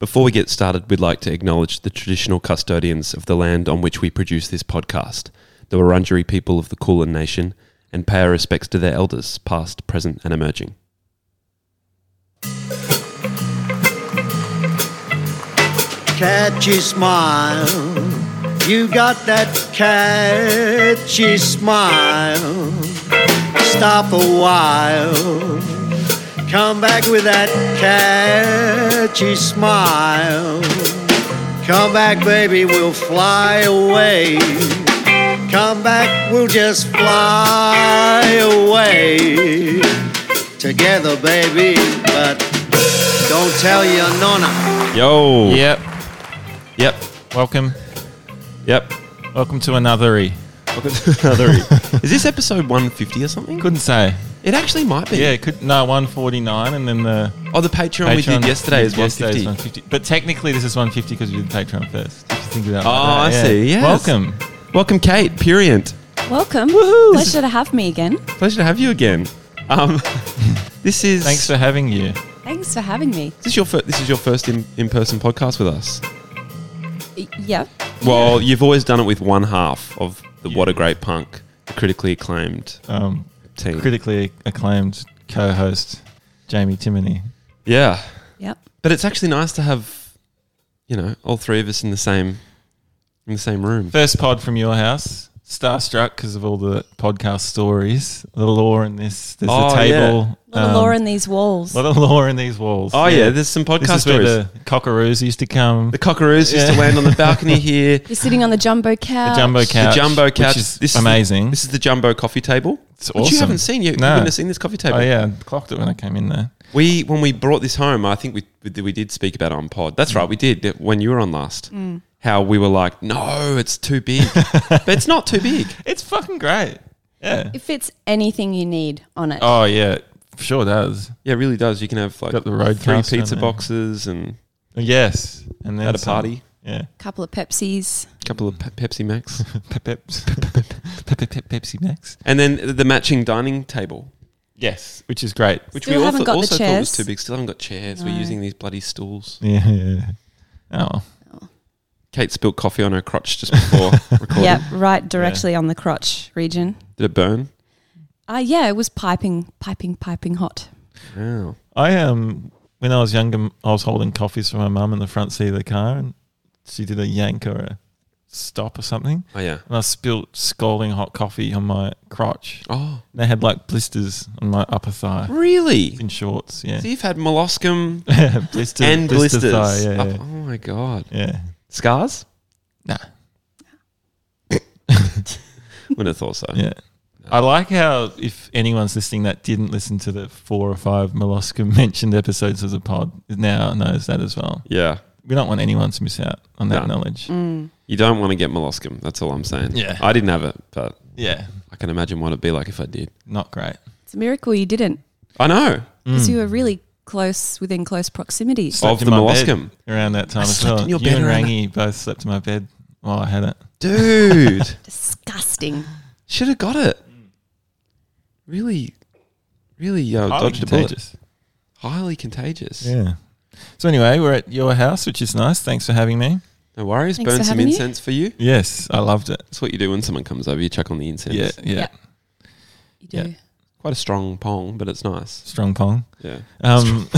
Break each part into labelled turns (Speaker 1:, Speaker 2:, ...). Speaker 1: Before we get started, we'd like to acknowledge the traditional custodians of the land on which we produce this podcast, the Wurundjeri people of the Kulin Nation, and pay our respects to their elders, past, present, and emerging.
Speaker 2: catchy smile. You got that catchy smile. Stop a while. Come back with that catchy smile. Come back, baby, we'll fly away. Come back, we'll just fly away. Together, baby, but don't tell your nonna.
Speaker 1: Yo!
Speaker 3: Yep.
Speaker 1: Yep.
Speaker 3: Welcome.
Speaker 1: Yep.
Speaker 3: Welcome to another E.
Speaker 1: Welcome to another. Is this episode 150 or something?
Speaker 3: Couldn't say.
Speaker 1: It actually might be.
Speaker 3: Yeah, it could no 149 and then the
Speaker 1: Oh, the Patreon, we did yesterday is 150.
Speaker 3: yesterday is 150. But technically this is 150 because we did Patreon first. If you think about it.
Speaker 1: Oh, I see, yes.
Speaker 3: Welcome.
Speaker 1: Welcome, Kate. Purient.
Speaker 4: Welcome.
Speaker 1: Woohoo.
Speaker 4: Pleasure to have me again.
Speaker 1: Pleasure to have you again. Um, this is
Speaker 3: Thanks for having you.
Speaker 4: Thanks for having me.
Speaker 1: this is your fir- this is your first in in person podcast with us.
Speaker 4: Y- Yeah.
Speaker 1: Well, you've always done it with one half of the
Speaker 3: Yeah.
Speaker 1: What a Great Punk, the critically acclaimed
Speaker 3: Um,
Speaker 1: team.
Speaker 3: critically acclaimed co-host Jamie Timoney.
Speaker 1: yeah,
Speaker 4: Yep.
Speaker 1: but it's actually nice to have, you know, all three of us in the same in the same room.
Speaker 3: First pod from your house. Starstruck because of all the podcast stories, the lore in this. There's
Speaker 1: Oh,
Speaker 3: a table.
Speaker 4: A lot
Speaker 3: um,
Speaker 4: of lore in these walls.
Speaker 3: lot of lore in these walls.
Speaker 1: Oh yeah, there's some
Speaker 3: This
Speaker 1: podcast
Speaker 3: is where
Speaker 1: stories.
Speaker 3: the cockaroos used to come.
Speaker 1: the cockaroos used to
Speaker 3: Yeah.
Speaker 1: land on the balcony here.
Speaker 4: You're sitting on the jumbo couch.
Speaker 3: The jumbo couch.
Speaker 1: the jumbo couch.
Speaker 3: Which is
Speaker 1: this Is the,
Speaker 3: amazing.
Speaker 1: this is the jumbo coffee table.
Speaker 3: It's
Speaker 1: which you
Speaker 3: awesome.
Speaker 1: haven't seen. You, you
Speaker 3: No.
Speaker 1: wouldn't have seen this coffee table.
Speaker 3: oh, yeah. Clocked it when I came in there.
Speaker 1: We when we brought this home, I think we we we did speak about it on pod.
Speaker 3: Mm.
Speaker 1: That's right, we did that when you were on last. How we were like, no, it's too big, but it's not too big.
Speaker 3: It's fucking great. Yeah.
Speaker 4: It fits anything you need on it.
Speaker 3: Oh, yeah. Sure does.
Speaker 1: Yeah, it really does. You can have like
Speaker 3: Got the road
Speaker 1: three
Speaker 3: cast on
Speaker 1: pizza
Speaker 3: there.
Speaker 1: boxes and
Speaker 3: Yes. And then
Speaker 1: at a
Speaker 3: some.
Speaker 1: party,
Speaker 3: Yeah.
Speaker 4: A couple of Pepsis.
Speaker 1: a couple of pe- Pepsi Max,
Speaker 3: Pep- pep- pep- pep- pep- pep- pep- Pepsi Max.
Speaker 1: and then the matching dining table,
Speaker 3: Yes. Which is great.
Speaker 1: which
Speaker 4: Still
Speaker 1: we
Speaker 4: haven't
Speaker 1: also,
Speaker 4: got the
Speaker 1: also thought was
Speaker 4: chairs.
Speaker 1: too big. Still haven't got chairs. We're
Speaker 4: No.
Speaker 1: using these bloody stools.
Speaker 3: Yeah. yeah. yeah. Oh,
Speaker 1: Kate spilt coffee on her crotch just before recording.
Speaker 4: Yep. Right directly on the crotch region.
Speaker 1: Did it burn?
Speaker 4: Uh, yeah, it was piping, piping, piping hot.
Speaker 1: Wow.
Speaker 3: I um when I was younger, m- I was holding coffees for my mum in the front seat of the car, and she did a yank or a stop or something,
Speaker 1: Oh yeah.
Speaker 3: and I spilled scalding hot coffee on my crotch.
Speaker 1: Oh
Speaker 3: And they had like blisters on my upper thigh
Speaker 1: really?
Speaker 3: in shorts. Yeah,
Speaker 1: So you've had molluscum
Speaker 3: blisters
Speaker 1: and
Speaker 3: blister
Speaker 1: blisters.
Speaker 3: thigh, yeah,
Speaker 1: Up-
Speaker 3: yeah,
Speaker 1: Oh my god.
Speaker 3: yeah.
Speaker 1: Scars?
Speaker 3: Nah,
Speaker 1: Wouldn't have thought so.
Speaker 3: yeah. I like how if anyone's listening that didn't listen to the four or five molluscum mentioned episodes of the pod now knows that as well.
Speaker 1: Yeah.
Speaker 3: We don't want anyone to miss out on that
Speaker 1: No. Mm.
Speaker 3: knowledge.
Speaker 1: You don't want to get molluscum. That's all I'm saying.
Speaker 3: Yeah.
Speaker 1: I didn't have it, but
Speaker 3: Yeah,
Speaker 1: I can imagine what it'd be like if I did.
Speaker 3: not great.
Speaker 4: It's a miracle you didn't
Speaker 1: I know.
Speaker 4: because
Speaker 3: Mm.
Speaker 4: you were really close, within close proximity.
Speaker 1: Of
Speaker 3: Slept in
Speaker 1: the
Speaker 3: my bed
Speaker 1: molluscum.
Speaker 3: around that time
Speaker 1: I
Speaker 3: as
Speaker 1: slept
Speaker 3: well.
Speaker 1: in your
Speaker 3: you
Speaker 1: bed
Speaker 3: and
Speaker 1: around
Speaker 3: Rangi both slept in my bed while I had it.
Speaker 1: Dude.
Speaker 4: Disgusting.
Speaker 1: Should have got it. Really, really uh,
Speaker 3: Highly
Speaker 1: dodged a bullet.
Speaker 3: contagious.
Speaker 1: Highly contagious.
Speaker 3: Yeah. So anyway, we're at your house, which is nice. Thanks for having me.
Speaker 1: No worries.
Speaker 4: Thanks
Speaker 1: Burn
Speaker 4: for
Speaker 1: some
Speaker 4: having me.
Speaker 1: incense for you.
Speaker 3: Yes, I loved it.
Speaker 1: That's what you do when someone comes over. You chuck on the incense.
Speaker 3: Yeah, yeah.
Speaker 4: Yeah. You do.
Speaker 3: Yeah.
Speaker 1: Quite a strong pong, but it's nice.
Speaker 3: Strong pong.
Speaker 1: Yeah.
Speaker 3: Um,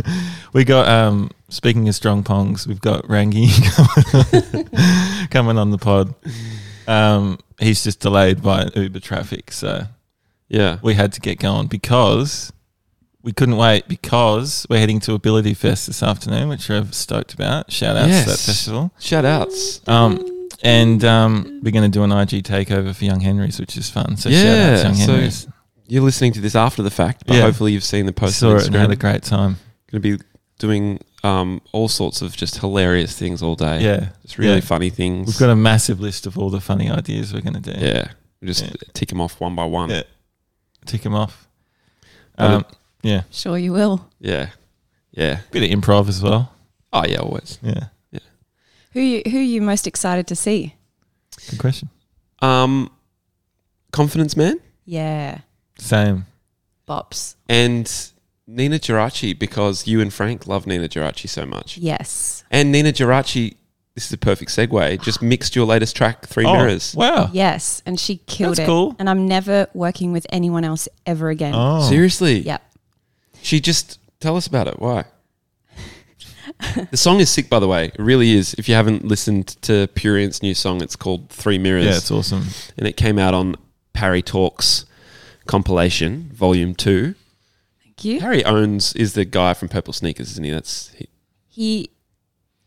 Speaker 3: we got um, speaking of strong pongs, we've got Rangi coming- coming on the pod. Um, he's just delayed by Uber traffic, so
Speaker 1: Yeah.
Speaker 3: we had to get going because we couldn't wait because we're heading to Ability Fest this afternoon, which we're stoked about. Shout out
Speaker 1: Yes.
Speaker 3: to that festival.
Speaker 1: Shout outs.
Speaker 3: Um, and um, we're going to do an IG takeover for Young Henry's, which is fun. So
Speaker 1: Yeah,
Speaker 3: shout out to Young
Speaker 1: so
Speaker 3: Henry's.
Speaker 1: You're listening to this after the fact, but
Speaker 3: Yeah.
Speaker 1: hopefully you've seen the post
Speaker 3: Saw
Speaker 1: on
Speaker 3: it and
Speaker 1: Instagram.
Speaker 3: had a great time.
Speaker 1: going to be doing um, all sorts of just hilarious things all day.
Speaker 3: Yeah.
Speaker 1: Just really
Speaker 3: Yeah.
Speaker 1: funny things.
Speaker 3: We've got a massive list of all the funny ideas we're going to do.
Speaker 1: yeah. We just
Speaker 3: Yeah.
Speaker 1: tick them off one by one. Yeah.
Speaker 3: Yeah. Tick them off.
Speaker 1: But
Speaker 3: Um, yeah.
Speaker 4: Sure you will.
Speaker 1: Yeah.
Speaker 3: Bit of improv as well.
Speaker 1: Oh, yeah, always.
Speaker 3: Yeah.
Speaker 4: Who you, who are you most excited to see?
Speaker 3: Good question.
Speaker 1: Um, Confidence Man
Speaker 4: Yeah.
Speaker 3: Same.
Speaker 4: Bops.
Speaker 1: and Nina Geraci because you and Frank love Nina Geraci so much.
Speaker 4: Yes.
Speaker 1: And Nina Geraci, this is a perfect segue, just mixed your latest track, Three
Speaker 3: Oh,
Speaker 1: Mirrors.
Speaker 3: wow.
Speaker 4: Yes. And she killed
Speaker 3: That's
Speaker 4: it.
Speaker 3: cool.
Speaker 4: And I'm never working with anyone else ever again.
Speaker 3: Oh.
Speaker 1: Seriously?
Speaker 4: Yep.
Speaker 1: She just tell us about it. Why? the song is sick, by the way. It really is. If you haven't listened to Purian's new song, it's called Three Mirrors.
Speaker 3: Yeah, it's awesome.
Speaker 1: and it came out on Parry Talks compilation, volume two.
Speaker 4: Thank you.
Speaker 1: Parry owns is the guy from Purple Sneakers, isn't he? That's he,
Speaker 4: He,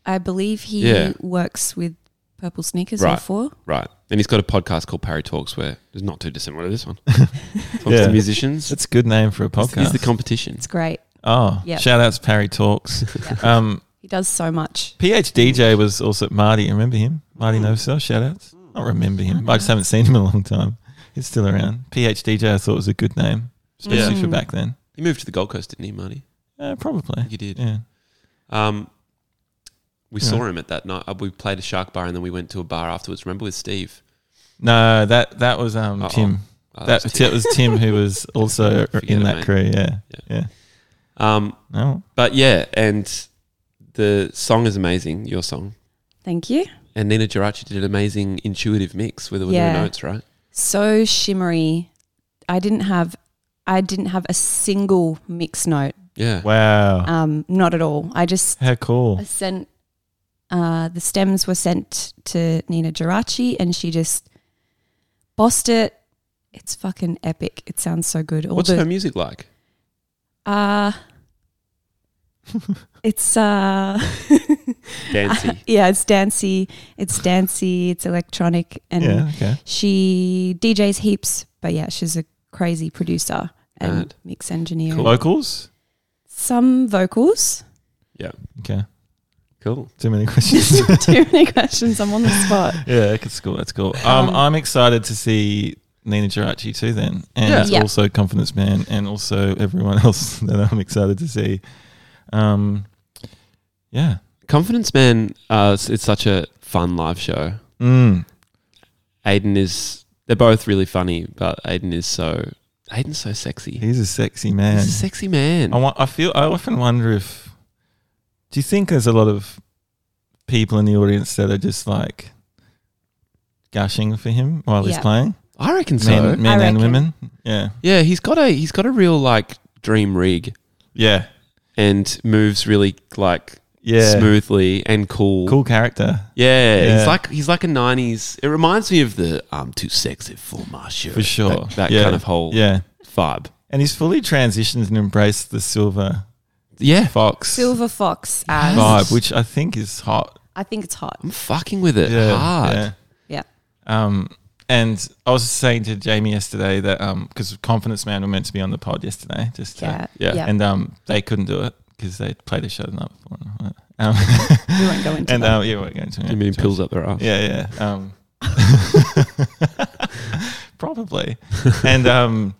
Speaker 4: I believe he
Speaker 1: Yeah.
Speaker 4: works with Purple Sneakers
Speaker 1: Right.
Speaker 4: or Four.
Speaker 1: right. And he's got a podcast called Parry Talks where it's not too dissimilar to this one. Talks
Speaker 3: Yeah.
Speaker 1: to musicians.
Speaker 3: That's a good name for a
Speaker 1: It's- it's
Speaker 3: podcast.
Speaker 1: the competition.
Speaker 4: It's great.
Speaker 3: oh,
Speaker 4: Yep.
Speaker 3: shout outs Parry Talks. um,
Speaker 4: He does so much.
Speaker 3: PhDJ was also Marty. Remember him? Marty Novosel, shout outs. I don't remember him. I just haven't seen him in a long time. He's still around. PhDJ I thought was a good name, especially
Speaker 4: Yeah.
Speaker 3: for back then.
Speaker 1: He moved to the Gold Coast, didn't he, Marty?
Speaker 3: Uh, probably.
Speaker 1: He did.
Speaker 3: Yeah.
Speaker 1: Um, we
Speaker 3: Yeah.
Speaker 1: saw him at that night. Uh, We played a shark bar and then we went to a bar afterwards. Remember with Steve?
Speaker 3: No, that that was um
Speaker 1: Uh-oh.
Speaker 3: Tim.
Speaker 1: Oh,
Speaker 3: That,
Speaker 1: was
Speaker 3: that was Tim who was also
Speaker 1: Forget
Speaker 3: in
Speaker 1: it,
Speaker 3: that
Speaker 1: mate.
Speaker 3: crew. Yeah. Oh,
Speaker 1: Yeah.
Speaker 3: Yeah.
Speaker 1: Tim. Um,
Speaker 3: No.
Speaker 1: but yeah, and the song is amazing. Your song.
Speaker 4: Thank you.
Speaker 1: And Nina Geraci did an amazing intuitive mix with the
Speaker 4: Yeah.
Speaker 1: notes, right?
Speaker 4: So shimmery. I didn't have, I didn't have a single mix note.
Speaker 1: Yeah.
Speaker 3: Wow.
Speaker 4: Um, not at all. I just
Speaker 3: How cool.
Speaker 4: I sent. Uh, the stems were sent to Nina Geraci, and she just bossed it. It's fucking epic. It sounds so good. All
Speaker 1: What's
Speaker 4: the
Speaker 1: her music like?
Speaker 4: uh, it's uh,
Speaker 1: Dancy.
Speaker 4: yeah, it's dancey. It's dancey. It's electronic, and
Speaker 3: Yeah. Okay.
Speaker 4: she DJs heaps. But yeah, she's a crazy producer and
Speaker 1: Mad.
Speaker 4: mix engineer.
Speaker 1: Cool.
Speaker 3: Locals.
Speaker 4: Some vocals.
Speaker 3: Okay.
Speaker 1: cool.
Speaker 3: Too many questions.
Speaker 4: Too many questions. I'm on the spot.
Speaker 3: yeah. That's cool. That's cool. Um,
Speaker 4: Um,
Speaker 3: I'm excited to see Nina Geraci too. Then and
Speaker 1: Yeah.
Speaker 4: Yeah.
Speaker 3: also Confidence Man and also everyone else that I'm excited to see. Um. Yeah.
Speaker 1: Confidence Man, uh, it's, it's such a fun live show.
Speaker 3: Mm.
Speaker 1: Aiden is, they're both really funny, but Aiden is so, Aiden's so sexy.
Speaker 3: He's a sexy man.
Speaker 1: He's a sexy man.
Speaker 3: I, want, I feel. I often wonder if. Do you think there's a lot of people in the audience that are just like gushing for him while he's
Speaker 4: Yeah.
Speaker 3: playing?
Speaker 1: I reckon so.
Speaker 3: Men, men
Speaker 4: I
Speaker 3: and
Speaker 4: reckon.
Speaker 3: women. Yeah.
Speaker 1: Yeah, he's got a, he's got a real like dream rig
Speaker 3: Yeah.
Speaker 1: and moves really like
Speaker 3: Yeah.
Speaker 1: smoothly and cool.
Speaker 3: Cool character.
Speaker 1: Yeah, he's
Speaker 3: Yeah.
Speaker 1: like he's like a '90s. It reminds me of the "I'm too sexy for my shirt"
Speaker 3: For sure.
Speaker 1: That, that
Speaker 3: Yeah.
Speaker 1: kind of whole
Speaker 3: Yeah.
Speaker 1: vibe.
Speaker 3: And he's fully transitioned and embraced the silver
Speaker 1: Yeah,
Speaker 3: fox
Speaker 4: Silver Fox as
Speaker 3: vibe, which I think is hot.
Speaker 4: I think it's hot.
Speaker 1: I'm fucking with it
Speaker 3: Yeah.
Speaker 1: hard.
Speaker 3: Yeah.
Speaker 4: Yeah.
Speaker 3: Um, and I was saying to Jamie yesterday that um, because Confidence Man were meant to be on the pod yesterday, just to-
Speaker 4: Yeah.
Speaker 1: Yeah.
Speaker 3: and um, they couldn't do it because they played a show the night before. and all that. Um,
Speaker 4: we won't go into
Speaker 3: and
Speaker 4: that.
Speaker 3: um, yeah, we're going to.
Speaker 1: You mean pills up their ass?
Speaker 3: Yeah, yeah. Um, probably. And um,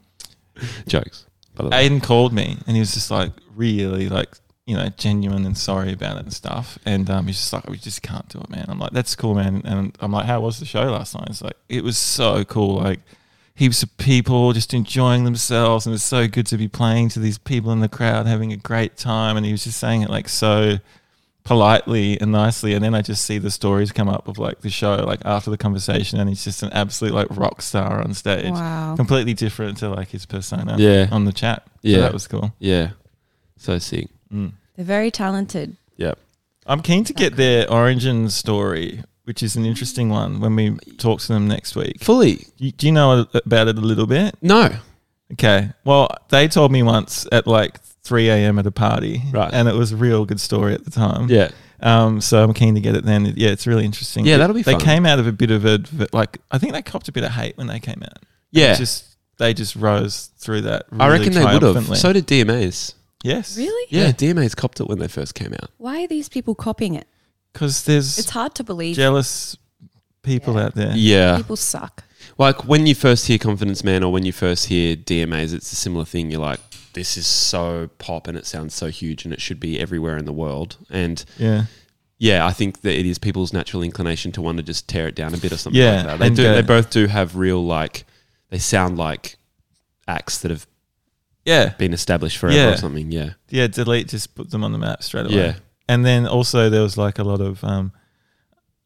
Speaker 1: Jokes. By the way,
Speaker 3: Aiden called me and he was just like really like you know genuine and sorry about it and stuff. And um, he's just like, we just can't do it, man. I'm like, that's cool, man. And I'm like, how was the show last night? It's like it was so cool, like. Heaps of people just enjoying themselves, and it's so good to be playing to these people in the crowd, having a great time. And he was just saying it like so politely and nicely and then I just see the stories come up of like the show like after the conversation and he's just an absolute like rock star on stage.
Speaker 4: Wow.
Speaker 3: Completely different to like his persona
Speaker 1: Yeah.
Speaker 3: on the chat.
Speaker 1: Yeah.
Speaker 3: So that was cool.
Speaker 1: yeah, so sick.
Speaker 3: Mm.
Speaker 4: They're very talented.
Speaker 1: Yeah,
Speaker 3: I'm keen to get their origin story, which is an interesting one when we talk to them next week.
Speaker 1: fully.
Speaker 3: You- Do you know about it a little bit?
Speaker 1: No,
Speaker 3: Okay. Well, they told me once at like 3 a.m. at a party.
Speaker 1: Right.
Speaker 3: And it was a real good story at the time.
Speaker 1: yeah,
Speaker 3: Um, so I'm keen to get it then. Yeah, it's really interesting.
Speaker 1: Yeah, that'll be
Speaker 3: They
Speaker 1: fun.
Speaker 3: came out of a bit of a like I think they copped a bit of hate when they came out.
Speaker 1: yeah.
Speaker 3: It's just they just rose through that. Really
Speaker 1: I reckon they would have.
Speaker 3: triumphantly.
Speaker 1: So did DMA's.
Speaker 3: yes,
Speaker 4: Really?
Speaker 1: Yeah, DMA's copped it when they first came out.
Speaker 4: Why are these people copying it?
Speaker 3: because
Speaker 4: It's
Speaker 3: there's
Speaker 4: hard to believe.
Speaker 3: jealous people
Speaker 4: Yeah.
Speaker 3: out there.
Speaker 1: Yeah,
Speaker 4: People suck.
Speaker 1: like when you first hear Confidence Man or when you first hear DMA's, it's a similar thing. You're like, this is so pop and it sounds so huge and it should be everywhere in the world. And
Speaker 3: Yeah,
Speaker 1: yeah, I think that it is people's natural inclination to want to just tear it down a bit or something
Speaker 3: Yeah,
Speaker 1: like that. They
Speaker 3: and
Speaker 1: do.
Speaker 3: go-
Speaker 1: They both do have real like. They sound like acts that have
Speaker 3: Yeah.
Speaker 1: been established forever
Speaker 3: Yeah.
Speaker 1: or something. Yeah,
Speaker 3: Yeah. Delete just put them on the map straight away.
Speaker 1: yeah,
Speaker 3: And then also there was like a lot of um,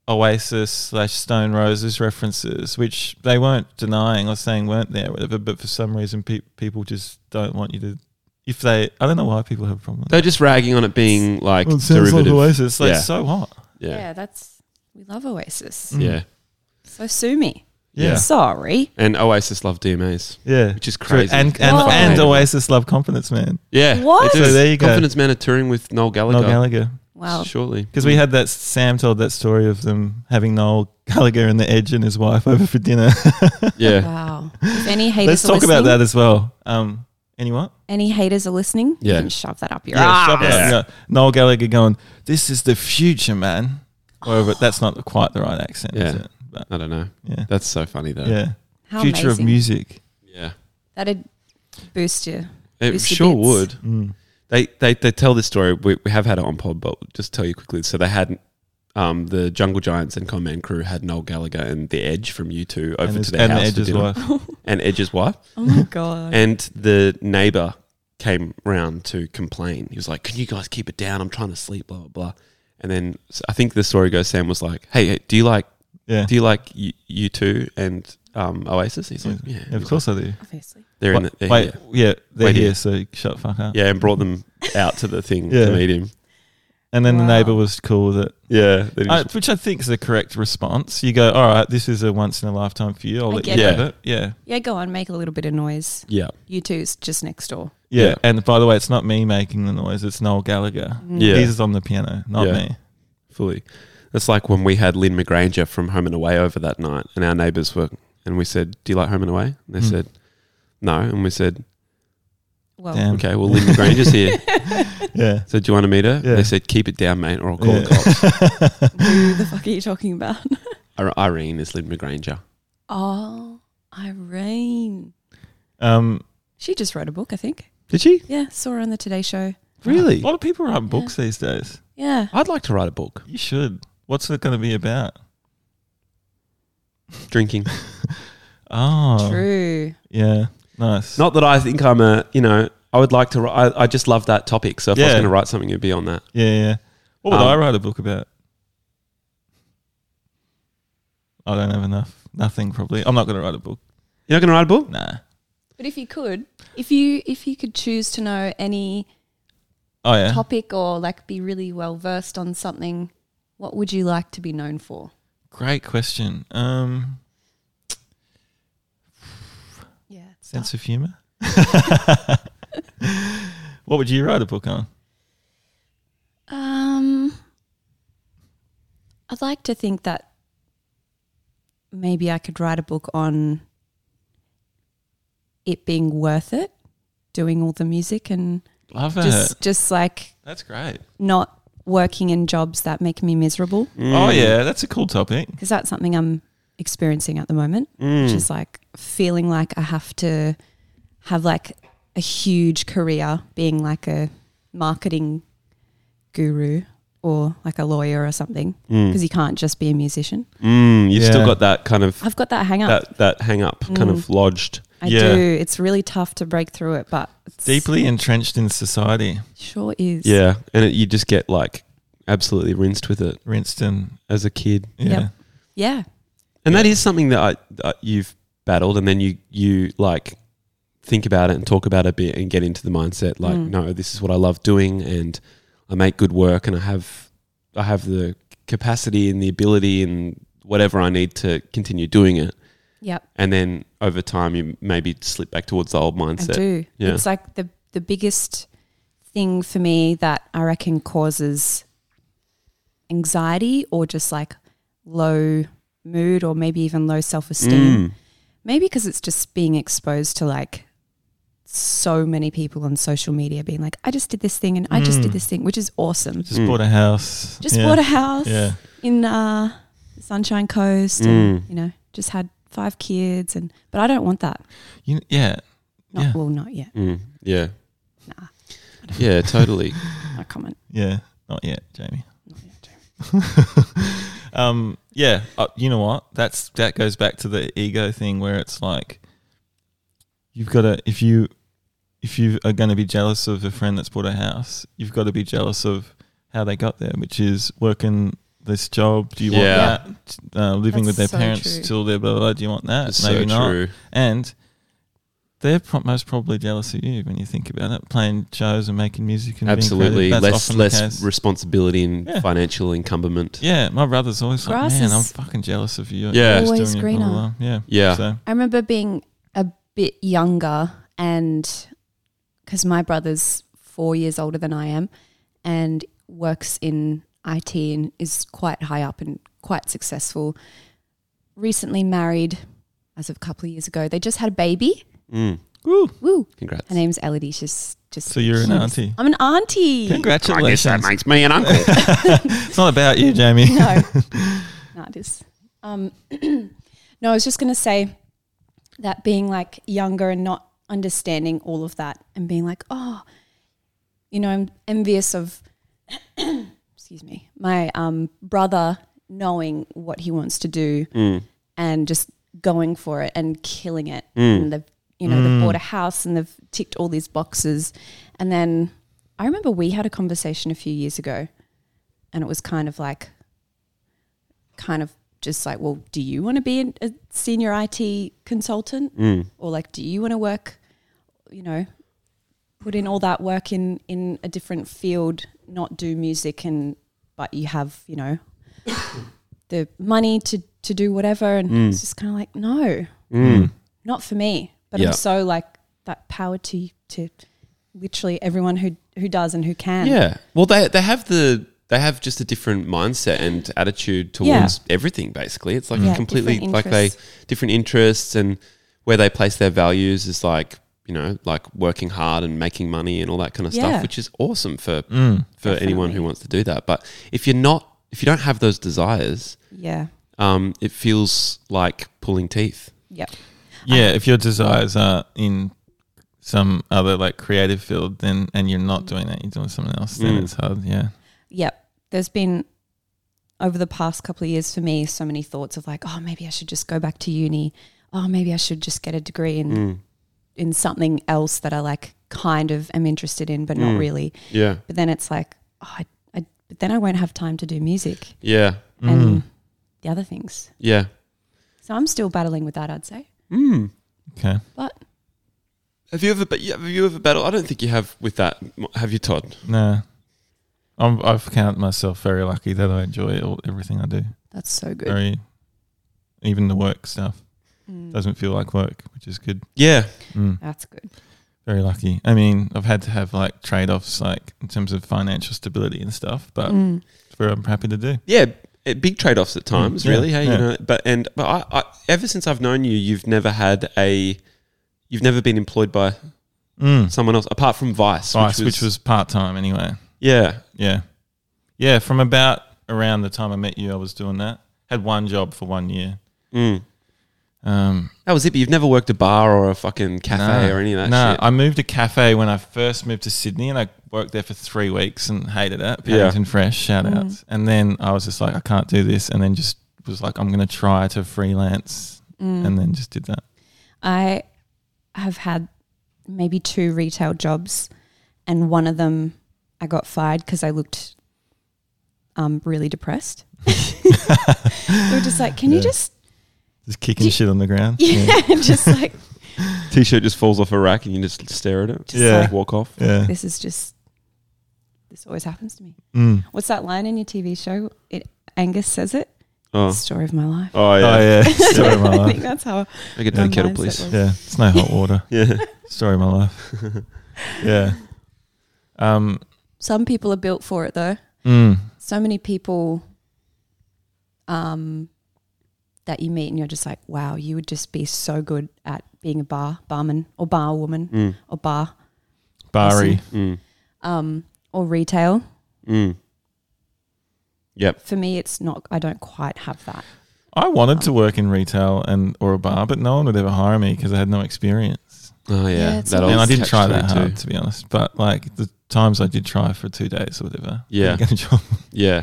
Speaker 3: Oasis slash Stone Roses references, which they weren't denying or saying weren't there, or whatever. But for some reason, pe- people just don't want you to. If they, I don't know why people have a problem. With
Speaker 1: they're
Speaker 3: that.
Speaker 1: just ragging on it being like
Speaker 3: Well, it sounds like
Speaker 1: derivative.
Speaker 3: Oasis. Like,
Speaker 1: Yeah.
Speaker 3: so what?
Speaker 1: yeah. yeah,
Speaker 4: that's we love Oasis.
Speaker 3: Mm.
Speaker 4: So sue me.
Speaker 1: Yeah.
Speaker 4: Sorry.
Speaker 1: and Oasis love DMAs,
Speaker 3: yeah,
Speaker 1: which is
Speaker 3: True.
Speaker 1: crazy.
Speaker 3: And and,
Speaker 4: Whoa.
Speaker 3: and Oasis love confidence, man.
Speaker 1: yeah,
Speaker 4: What?
Speaker 1: they do.
Speaker 3: So there you go.
Speaker 1: Confidence Man are touring with Noel Gallagher.
Speaker 3: Noel Gallagher.
Speaker 4: Wow.
Speaker 1: Surely,
Speaker 3: Because we had that Sam told that story of them having Noel Gallagher and the Edge and his wife over for dinner.
Speaker 1: yeah,
Speaker 4: Wow. If any haters
Speaker 3: Let's
Speaker 4: are
Speaker 3: talk
Speaker 4: listening,
Speaker 3: about that as well. Um, any what?
Speaker 4: Any haters are listening,
Speaker 1: Yeah.
Speaker 4: you can shove that up your
Speaker 3: Yeah,
Speaker 4: ass.
Speaker 3: stop it.
Speaker 1: Ah, Yeah.
Speaker 3: Yeah. Noel Gallagher going, "This is the future, man." However, that's not quite the right accent, is
Speaker 1: Yeah.
Speaker 3: it? But
Speaker 1: I don't know.
Speaker 3: yeah,
Speaker 1: That's so funny though.
Speaker 3: yeah.
Speaker 4: How
Speaker 3: future
Speaker 4: amazing.
Speaker 3: of music.
Speaker 1: yeah.
Speaker 4: That'd boost you.
Speaker 1: It
Speaker 4: Boost your
Speaker 1: sure
Speaker 4: bits.
Speaker 1: would.
Speaker 3: Mm.
Speaker 1: They, they they tell this story. We, we have had it on pod, but we'll just tell you quickly. So they had um, the Jungle Giants and Con Man Crew had Noel Gallagher and The Edge from U2 over
Speaker 3: And, his,
Speaker 1: to their
Speaker 3: and the
Speaker 1: house for
Speaker 3: Edge's
Speaker 1: dinner.
Speaker 3: wife.
Speaker 1: And Edge's wife.
Speaker 4: Oh my god.
Speaker 1: And the neighbor came round to complain. He was like, "Can you guys keep it down? I'm trying to sleep." Blah blah blah. And then s I I think the story goes. Sam was like, "Hey, hey, do you like
Speaker 3: Yeah,
Speaker 1: do you like U two and um, Oasis?" He's like, "Yeah,
Speaker 3: Mm. of course I do.
Speaker 4: Obviously.
Speaker 1: They're in. The, they're
Speaker 3: Wait, wait,
Speaker 1: here.
Speaker 3: yeah, they're
Speaker 1: Wait here.
Speaker 3: here, so shut the fuck up.
Speaker 1: yeah." And brought them out to the thing
Speaker 3: Yeah.
Speaker 1: to meet him.
Speaker 3: And then the
Speaker 4: Wow.
Speaker 3: neighbor was cool with it,
Speaker 1: Yeah, then he
Speaker 3: I,
Speaker 1: was-
Speaker 3: Uh, which I think is the correct response. You go, all right, this is a once in a lifetime for you. I'll
Speaker 4: I
Speaker 3: let you
Speaker 4: get
Speaker 1: it.
Speaker 3: have it. Yeah.
Speaker 4: Yeah, go on, make a little bit of noise.
Speaker 1: yeah,
Speaker 4: You two's just next door.
Speaker 3: Yeah.
Speaker 1: Yeah.
Speaker 3: And by the way, it's not me making the noise, it's Noel Gallagher.
Speaker 1: Yeah.
Speaker 4: Mm.
Speaker 3: He's on the piano, not
Speaker 1: Yeah.
Speaker 3: me.
Speaker 1: fully. It's like when we had Lynn McGranger from Home and Away over that night, and our neighbours were, and we said, "Do you like Home and Away?" And they
Speaker 3: Hmm.
Speaker 1: said, "No," and we said,
Speaker 4: Well,
Speaker 3: Damn.
Speaker 1: "Okay, well, Lynn McGranger's here."
Speaker 3: Yeah.
Speaker 1: So do you want to meet her?
Speaker 3: Yeah.
Speaker 1: They said, keep it down, mate, or I'll call
Speaker 3: Yeah.
Speaker 1: the cops.
Speaker 4: who the fuck are you talking about?
Speaker 1: Ir- Irene is Lynn McGranger.
Speaker 4: Oh, Irene.
Speaker 3: Um,
Speaker 4: She just wrote a book, I think.
Speaker 1: Did she?
Speaker 4: Yeah, saw her on the Today Show.
Speaker 1: Really?
Speaker 3: A lot of people write books these days.
Speaker 4: Yeah.
Speaker 1: Ah. I'd like to write a book.
Speaker 3: You should. What's it going to be about?
Speaker 1: Drinking.
Speaker 3: Oh,
Speaker 4: True.
Speaker 3: yeah, nice.
Speaker 1: Not that I think I'm a, you know, I would like to, wri- I, I just love that topic. So if I was
Speaker 3: Yeah.
Speaker 1: going to write something, it'd be on that.
Speaker 3: yeah, yeah. What would
Speaker 1: Um,
Speaker 3: I write a book about? I don't have enough. Nothing probably. I'm not going to write a book.
Speaker 1: You're not going to write a book?
Speaker 3: Nah.
Speaker 4: But if you could, if you if you could choose to know any
Speaker 3: Oh yeah.
Speaker 4: topic or like be really well versed on something, what would you like to be known for?
Speaker 3: Great question. Um,
Speaker 4: Yeah. it's
Speaker 3: sense of
Speaker 4: tough.
Speaker 3: humor. what would you write a book on?
Speaker 4: Um I'd like to think that maybe I could write a book on it being worth it, doing all the music and
Speaker 3: Love
Speaker 4: just just like
Speaker 3: That's great.
Speaker 4: not working in jobs that make me miserable
Speaker 1: Mm.
Speaker 3: Oh yeah, that's a cool topic.
Speaker 4: because that's something I'm experiencing at the moment,
Speaker 3: Hmm.
Speaker 1: Mm.
Speaker 4: which is like feeling like I have to have like a huge career being like a marketing guru or like a lawyer or something
Speaker 3: Hmm.
Speaker 4: because you can't just be a musician.
Speaker 1: Mm, you've still
Speaker 3: Yeah.
Speaker 1: got that kind of,
Speaker 4: I've got that hang up.
Speaker 1: that, that hang up kind of lodged.
Speaker 4: I
Speaker 3: yeah.
Speaker 4: do. It's really tough to break through it, but it's
Speaker 3: Deeply entrenched in society,
Speaker 4: sure is.
Speaker 1: Yeah. And it, you just get like absolutely rinsed with it
Speaker 3: Rinston.
Speaker 1: as a kid.
Speaker 3: Yeah.
Speaker 4: Yep. Yeah.
Speaker 1: And that is something that, I, that you've battled, and then you you like think about it and talk about it a bit, and get into the mindset like,
Speaker 4: Mm.
Speaker 1: no, this is what I love doing, and I make good work, and I have I have the capacity and the ability and whatever I need to continue doing it.
Speaker 4: Yep.
Speaker 1: And then over time, you maybe slip back towards the old mindset.
Speaker 4: I do.
Speaker 1: Yeah.
Speaker 4: It's like the the biggest thing for me that I reckon causes anxiety or just like low mood or maybe even low self esteem.
Speaker 1: Mm.
Speaker 4: Maybe because it's just being exposed to like so many people on social media being like, I just did this thing and I just did
Speaker 3: Mm.
Speaker 4: this thing, which is awesome.
Speaker 3: Just
Speaker 1: Mm.
Speaker 3: bought a house.
Speaker 4: Just
Speaker 3: yeah.
Speaker 4: bought a house
Speaker 3: Yeah. Mm.
Speaker 4: in uh, Sunshine Coast, and you know, just had five kids, and but I don't want that.
Speaker 3: You, yeah.
Speaker 4: Not
Speaker 3: Yeah.
Speaker 4: well, not yet.
Speaker 1: Mm. Yeah.
Speaker 4: Nah,
Speaker 1: Yeah. Totally.
Speaker 4: no comment.
Speaker 3: Yeah. Not yet, Jamie. um, yeah. Uh, you know what? That's that goes back to the ego thing where it's like you've got to if you if you are going to be jealous of a friend that's bought a house, you've got to be jealous of how they got there, which is working this job. Do you
Speaker 1: Yeah.
Speaker 3: want that? Uh, living with their
Speaker 4: That's so
Speaker 3: parents
Speaker 4: true.
Speaker 3: till they're blah, blah blah. Do you want that?
Speaker 1: It's
Speaker 3: Maybe
Speaker 1: so
Speaker 3: not.
Speaker 1: true.
Speaker 3: And they're pro- most probably jealous of you when you think about it. Playing shows and making music and being
Speaker 1: Absolutely.
Speaker 3: creative, that's
Speaker 1: Less
Speaker 3: often the
Speaker 1: less
Speaker 3: case.
Speaker 1: responsibility and
Speaker 3: Yeah.
Speaker 1: financial encumberment.
Speaker 3: yeah, my brother's always
Speaker 4: Grass
Speaker 3: like, man,
Speaker 4: is
Speaker 3: I'm fucking jealous of you.
Speaker 1: Yeah.
Speaker 3: You're just doing
Speaker 4: Always
Speaker 3: it all
Speaker 4: greener.
Speaker 3: along." Yeah,
Speaker 1: Yeah.
Speaker 3: So
Speaker 4: I remember being a bit younger and because my brother's four years older than I am and works in IT and is quite high up and quite successful. Recently married as of a couple of years ago. They just had a baby.
Speaker 1: Mm.
Speaker 4: Woo.
Speaker 1: Congrats.
Speaker 4: Her name's Elodie. She's just.
Speaker 3: So you're an
Speaker 4: cute.
Speaker 3: auntie.
Speaker 4: I'm an auntie.
Speaker 3: Congratulations.
Speaker 1: makes me an uncle.
Speaker 3: It's not about you, Jamie.
Speaker 4: no, no, it is. Um, no, I was just going to say that being like younger and not understanding all of that and being like, oh, you know, I'm envious of, excuse me, my um, brother knowing what he wants to do and just going for it and killing it. And they've, you know, they've bought a house and they've ticked all these boxes. And then I remember we had a conversation a few years ago and it was kind of like, kind of just like, well, do you want to be an, a senior IT consultant,
Speaker 1: Mm.
Speaker 4: or like, do you want to work, you know, put in all that work in in a different field, not do music, and but you have, you know, the money to to do whatever, and
Speaker 1: Mm.
Speaker 4: it's just kind of like, no,
Speaker 3: Mm.
Speaker 4: not for me. But
Speaker 1: Yeah.
Speaker 4: I'm so like that power to to literally everyone who who does and who can.
Speaker 1: Yeah. Well, they they have the they have just a different mindset and attitude towards everything. Basically, it's like
Speaker 4: Yeah,
Speaker 1: a completely
Speaker 4: different
Speaker 1: like they different interests and where they place their values is like you know like working hard and making money and all that kind of
Speaker 4: Yeah.
Speaker 1: stuff, which is awesome for
Speaker 3: Mm.
Speaker 1: for anyone who
Speaker 4: Definitely.
Speaker 1: wants to do that. But if you're not if you don't have those desires,
Speaker 4: yeah,
Speaker 1: um, it feels like pulling teeth.
Speaker 4: yeah.
Speaker 3: Yeah, if your desires are in some other like creative field, then and you're not doing that, you're doing something else, then
Speaker 1: Mm.
Speaker 3: it's hard. Yeah,
Speaker 4: yep, there's been over the past couple of years for me so many thoughts of like, oh, maybe I should just go back to uni. Oh, maybe I should just get a degree in
Speaker 1: Mm.
Speaker 4: in something else that I like kind of am interested in, but not really.
Speaker 1: Yeah.
Speaker 4: But then it's like, oh, I, I, but then I won't have time to do music
Speaker 1: Yeah.
Speaker 4: and the other things.
Speaker 1: Yeah.
Speaker 4: So I'm still battling with that, I'd say.
Speaker 3: okay.
Speaker 4: But
Speaker 1: Have you ever? ba- Have you ever battled? I don't think you have with that. Have you, Todd?
Speaker 3: No, I'm, I count myself very lucky that I enjoy all, everything I do.
Speaker 4: that's so good.
Speaker 3: Very, even the work stuff
Speaker 4: Hmm.
Speaker 3: doesn't feel like work, which is good. Hmm.
Speaker 1: Yeah.
Speaker 4: That's good.
Speaker 3: Very lucky. I mean, I've had to have like trade offs, like in terms of financial stability and stuff, but
Speaker 4: Mm.
Speaker 3: it's where I'm happy to do.
Speaker 1: yeah, eh, big trade offs at times,
Speaker 3: yeah,
Speaker 1: really. Hey,
Speaker 3: yeah.
Speaker 1: you know, but and but I, I ever since I've known you, you've never had a, you've never been employed by
Speaker 3: Mm.
Speaker 1: someone else apart from Vice,
Speaker 3: Vice, which was part time anyway.
Speaker 1: yeah,
Speaker 3: Yeah. Yeah, from about around the time I met you, I was doing that. Had one job for one year.
Speaker 1: mm.
Speaker 3: Um,
Speaker 1: that was it. But you've never worked a bar or a fucking cafe or any of that.
Speaker 3: No,
Speaker 1: shit.
Speaker 3: I moved to cafe when I first moved to Sydney and I worked there for three weeks and hated it.
Speaker 1: Yeah.
Speaker 3: Paddington Fresh, shout outs. And then I was just like, I can't do this. And then just was like, I'm going to try to freelance. And then just did that.
Speaker 4: I have had maybe two retail jobs, and one of them I got fired because I looked um, really depressed. they were just like, "Can you
Speaker 3: Yeah.
Speaker 4: just
Speaker 3: Just kicking shit on the ground.
Speaker 4: yeah, just like
Speaker 1: t-shirt just falls off a rack and you just stare at it,
Speaker 4: Just Yeah. like-
Speaker 1: walk off.
Speaker 3: Yeah.
Speaker 4: this is just this always happens to me."
Speaker 3: Mm.
Speaker 4: What's that line in your TV show? It Angus says it.
Speaker 1: Oh,
Speaker 4: Story of my life.
Speaker 1: oh yeah,
Speaker 3: Oh, yeah. Story of my
Speaker 4: I
Speaker 3: life.
Speaker 4: think that's how.
Speaker 1: I get
Speaker 4: my
Speaker 1: down kettle,
Speaker 4: mindset
Speaker 1: please.
Speaker 4: was.
Speaker 3: Yeah. It's no hot water.
Speaker 1: Yeah,
Speaker 3: Story of my life. Yeah. Um,
Speaker 4: Some people are built for it though.
Speaker 3: mm.
Speaker 4: so many people um, that you meet and you're just like, wow, you would just be so good at being a bar barman or bar woman
Speaker 1: mm.
Speaker 4: or bar
Speaker 3: Barry.
Speaker 1: Mm.
Speaker 4: um, or retail.
Speaker 1: Mm. Yep.
Speaker 4: For me, it's not. I don't quite have that.
Speaker 3: I wanted to work in retail and or a bar, but no one would ever hire me because I had no experience.
Speaker 1: Oh yeah,
Speaker 4: Yeah, it's
Speaker 1: that
Speaker 4: not-
Speaker 1: old
Speaker 3: and I didn't try that
Speaker 1: catch-22.
Speaker 3: hard, to be honest. But like the times I did try for two days or whatever,
Speaker 1: Yeah.
Speaker 3: didn't get a job.
Speaker 1: Yeah.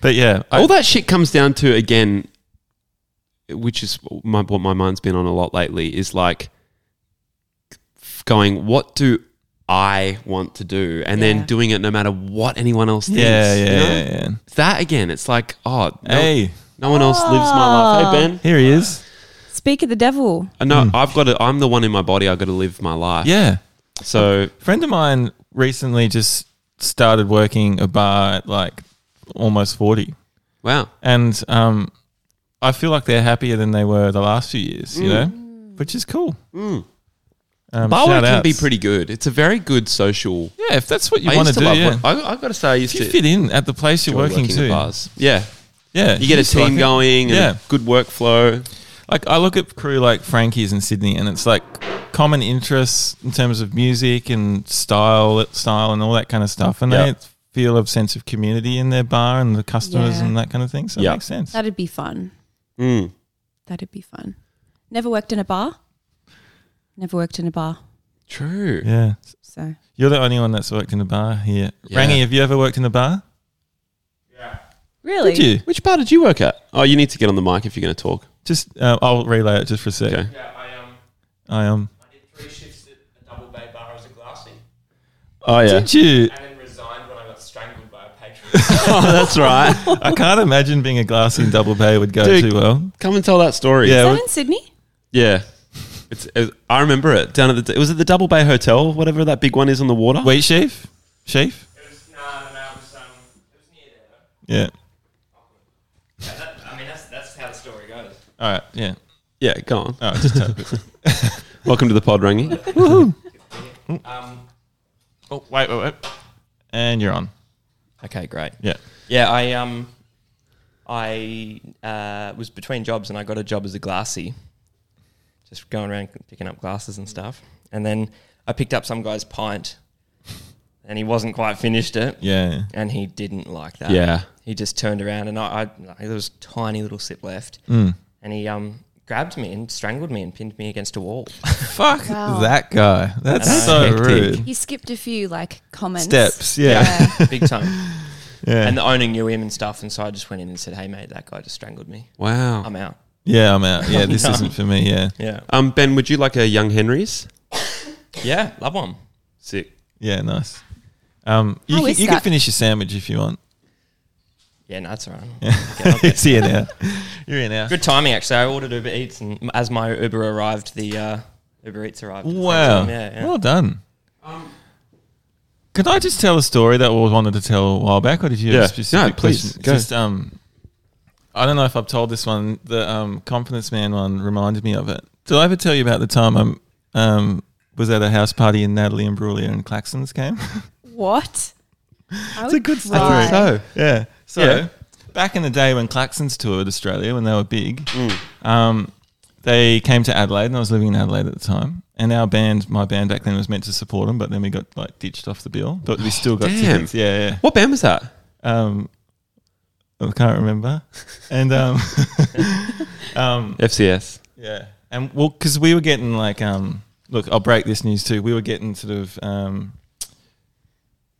Speaker 3: But yeah, I,
Speaker 1: all that shit comes down to again, which is my, what my mind's been on a lot lately is like going, what do I want to do, and
Speaker 4: Yeah.
Speaker 1: then doing it no matter what anyone else thinks.
Speaker 3: Yeah, yeah,
Speaker 1: you know?
Speaker 3: yeah, yeah.
Speaker 1: It's that again. It's like, oh, no,
Speaker 3: Hey. Ah.
Speaker 1: no one else lives my life. Hey Ben,
Speaker 3: Here he is.
Speaker 4: Speak of the devil.
Speaker 1: Uh, no, I've got to. I'm the one in my body. I've got to live my life.
Speaker 3: Yeah.
Speaker 1: So
Speaker 3: friend of mine recently just started working a bar at like almost 40.
Speaker 1: wow.
Speaker 3: And um, I feel like they're happier than they were the last few years,
Speaker 1: Mm.
Speaker 3: you know, which is cool. Um,
Speaker 1: Bar work can
Speaker 3: shout-outs.
Speaker 1: be pretty good. It's a very good social.
Speaker 3: Yeah, if that's what you
Speaker 1: I
Speaker 3: want
Speaker 1: used
Speaker 3: to
Speaker 1: to
Speaker 3: do,
Speaker 1: love.
Speaker 3: yeah.
Speaker 1: I, I've got to say, I used
Speaker 3: if you
Speaker 1: to
Speaker 3: fit in at the place you're
Speaker 1: enjoy
Speaker 3: working,
Speaker 1: at
Speaker 3: to.
Speaker 1: bars. Yeah,
Speaker 3: Yeah.
Speaker 1: you get a
Speaker 3: just like
Speaker 1: team
Speaker 3: it.
Speaker 1: going. And
Speaker 3: Yeah.
Speaker 1: a good workflow.
Speaker 3: Like I look at crew like Frankie's in Sydney, and it's like common interests in terms of music and style, style and all that kind of stuff. And
Speaker 1: Yep.
Speaker 3: they feel a sense of community in their bar and the customers
Speaker 4: Yeah.
Speaker 3: and that kind of thing. So
Speaker 1: Yep.
Speaker 3: it makes sense.
Speaker 4: That'd be fun.
Speaker 1: Mm.
Speaker 4: That'd be fun. Never worked in a bar. Never worked in a bar.
Speaker 1: True.
Speaker 3: yeah,
Speaker 4: So
Speaker 3: you're the only one that's worked in a bar here.
Speaker 1: Yeah.
Speaker 3: Rangi, have you ever worked in a bar?
Speaker 4: really,
Speaker 3: Did you?
Speaker 1: Which bar did you work at? Oh, you need to get on the mic if you're going to talk.
Speaker 3: Just uh, I'll relay it just for a sec.
Speaker 1: Okay.
Speaker 5: Yeah, I um,
Speaker 3: I um.
Speaker 5: I did three shifts at a double bay bar as a glassy,
Speaker 1: Oh yeah.
Speaker 3: Did you?
Speaker 5: and then resigned when I got strangled by a patron.
Speaker 1: oh, that's right.
Speaker 3: I can't imagine being a glassy and double bay would go
Speaker 1: Dude.
Speaker 3: too well.
Speaker 1: Come and tell that story.
Speaker 3: Yeah,
Speaker 4: Is
Speaker 3: we-
Speaker 4: that in Sydney?
Speaker 1: Yeah. It's, it- I remember it down at the. Was it the Double Bay Hotel, whatever that big one is on the water?
Speaker 3: Wheat sheaf, sheaf.
Speaker 5: it was nah, no, no, it was um, it was near there.
Speaker 3: Yeah.
Speaker 5: Yeah, that, I mean, that's that's how the story goes.
Speaker 3: All right. Yeah.
Speaker 1: Yeah, go on.
Speaker 3: All right. Oh, Just tell it.
Speaker 1: Welcome to the pod, Rangi.
Speaker 5: Um, oh wait, wait, wait.
Speaker 3: and you're on.
Speaker 5: Okay, great.
Speaker 3: Yeah.
Speaker 5: Yeah, I um, I uh, was between jobs and I got a job as a glassy, just going around picking up glasses and stuff. And then I picked up some guy's pint, and he wasn't quite finished it,
Speaker 3: Yeah.
Speaker 5: and he didn't like that.
Speaker 1: Yeah.
Speaker 5: he just turned around and I, I there was a tiny little sip left, and he um grabbed me and strangled me and pinned me against a wall.
Speaker 3: Fuck
Speaker 4: Wow.
Speaker 3: that guy. That's,
Speaker 5: That's
Speaker 3: so
Speaker 5: hectic.
Speaker 3: rude.
Speaker 4: He skipped a few like comments.
Speaker 3: Steps. Yeah.
Speaker 5: big time.
Speaker 3: Yeah. Yeah.
Speaker 5: And the owner knew him and stuff, and so I just went in and said, "Hey, mate, that guy just strangled me.
Speaker 1: Wow.
Speaker 5: I'm out."
Speaker 3: I'm out. Yeah. This
Speaker 5: No.
Speaker 3: isn't for me. Yeah.
Speaker 5: Yeah,
Speaker 1: Um, Ben, would you like a Young Henry's?
Speaker 5: yeah, love one.
Speaker 1: Sick.
Speaker 3: Yeah. Nice. Um, you,
Speaker 4: How
Speaker 3: can,
Speaker 4: is
Speaker 3: you can
Speaker 4: that?
Speaker 3: finish your sandwich if you want.
Speaker 5: Yeah, no, that's all right.
Speaker 3: it's here now. You're in now.
Speaker 5: Good timing, actually. I ordered Uber Eats, and m- as my Uber arrived, the uh, Uber Eats arrived. at the same
Speaker 3: Wow.
Speaker 5: time. Yeah, yeah.
Speaker 3: Well done. Could I just tell a story that I wanted to tell a while back, or did you have
Speaker 1: Yeah.
Speaker 3: a specific
Speaker 1: No, please,
Speaker 3: question?
Speaker 1: go.
Speaker 3: Just um, I don't know if I've told this one. The um, confidence man one reminded me of it. Did I ever tell you about the time I um was at a house party and Natalie and Brulia and Claxons came?
Speaker 4: What? I
Speaker 3: It's a
Speaker 4: would
Speaker 3: good story.
Speaker 4: cry.
Speaker 1: So,
Speaker 3: Yeah. So
Speaker 1: Yeah.
Speaker 3: back in the day when Claxons toured Australia, when they were big, um, they came to Adelaide, and I was living in Adelaide at the time. And our band, my band back then, was meant to support them, but then we got like ditched off the bill. But we still got
Speaker 1: Damn.
Speaker 3: tickets. Yeah,
Speaker 1: what band was that?
Speaker 3: yeah. Um, I can't remember. And um, um,
Speaker 1: FCS.
Speaker 3: yeah, and well, because we were getting like, um, look, I'll break this news too. We were getting sort of um,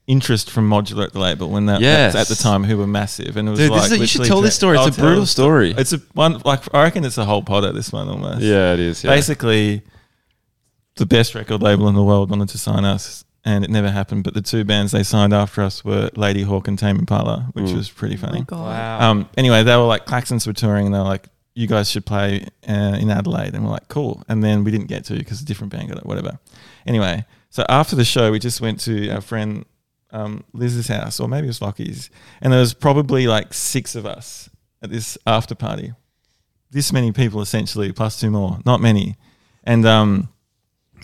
Speaker 3: interest from Modular at the label when that,
Speaker 1: Yes.
Speaker 3: that's at the time who were massive, and it was
Speaker 1: Dude,
Speaker 3: like
Speaker 1: this is you should
Speaker 3: literally
Speaker 1: tell this
Speaker 3: dra-
Speaker 1: story.
Speaker 3: I'll
Speaker 1: It's a
Speaker 3: tell
Speaker 1: brutal
Speaker 3: it.
Speaker 1: story.
Speaker 3: It's a one like I reckon it's a whole pod at this one almost.
Speaker 1: yeah, it is. Yeah.
Speaker 3: basically, the best record label in the world wanted to sign us. And it never happened, but the two bands they signed after us were Lady Hawk and Tame Impala, which
Speaker 1: Mm.
Speaker 3: was pretty
Speaker 4: Oh my
Speaker 3: funny.
Speaker 4: god.
Speaker 5: Wow.
Speaker 3: Um, anyway, they were like Claxons were touring, and they were like, "You guys should play uh, in Adelaide," and we're like, "Cool." And then we didn't get to because a different band got it, whatever. Anyway, so after the show, we just went to our friend um, Liz's house, or maybe it was Lockie's, and there was probably like six of us at this after party. This many people, essentially, plus two more, not many, and um,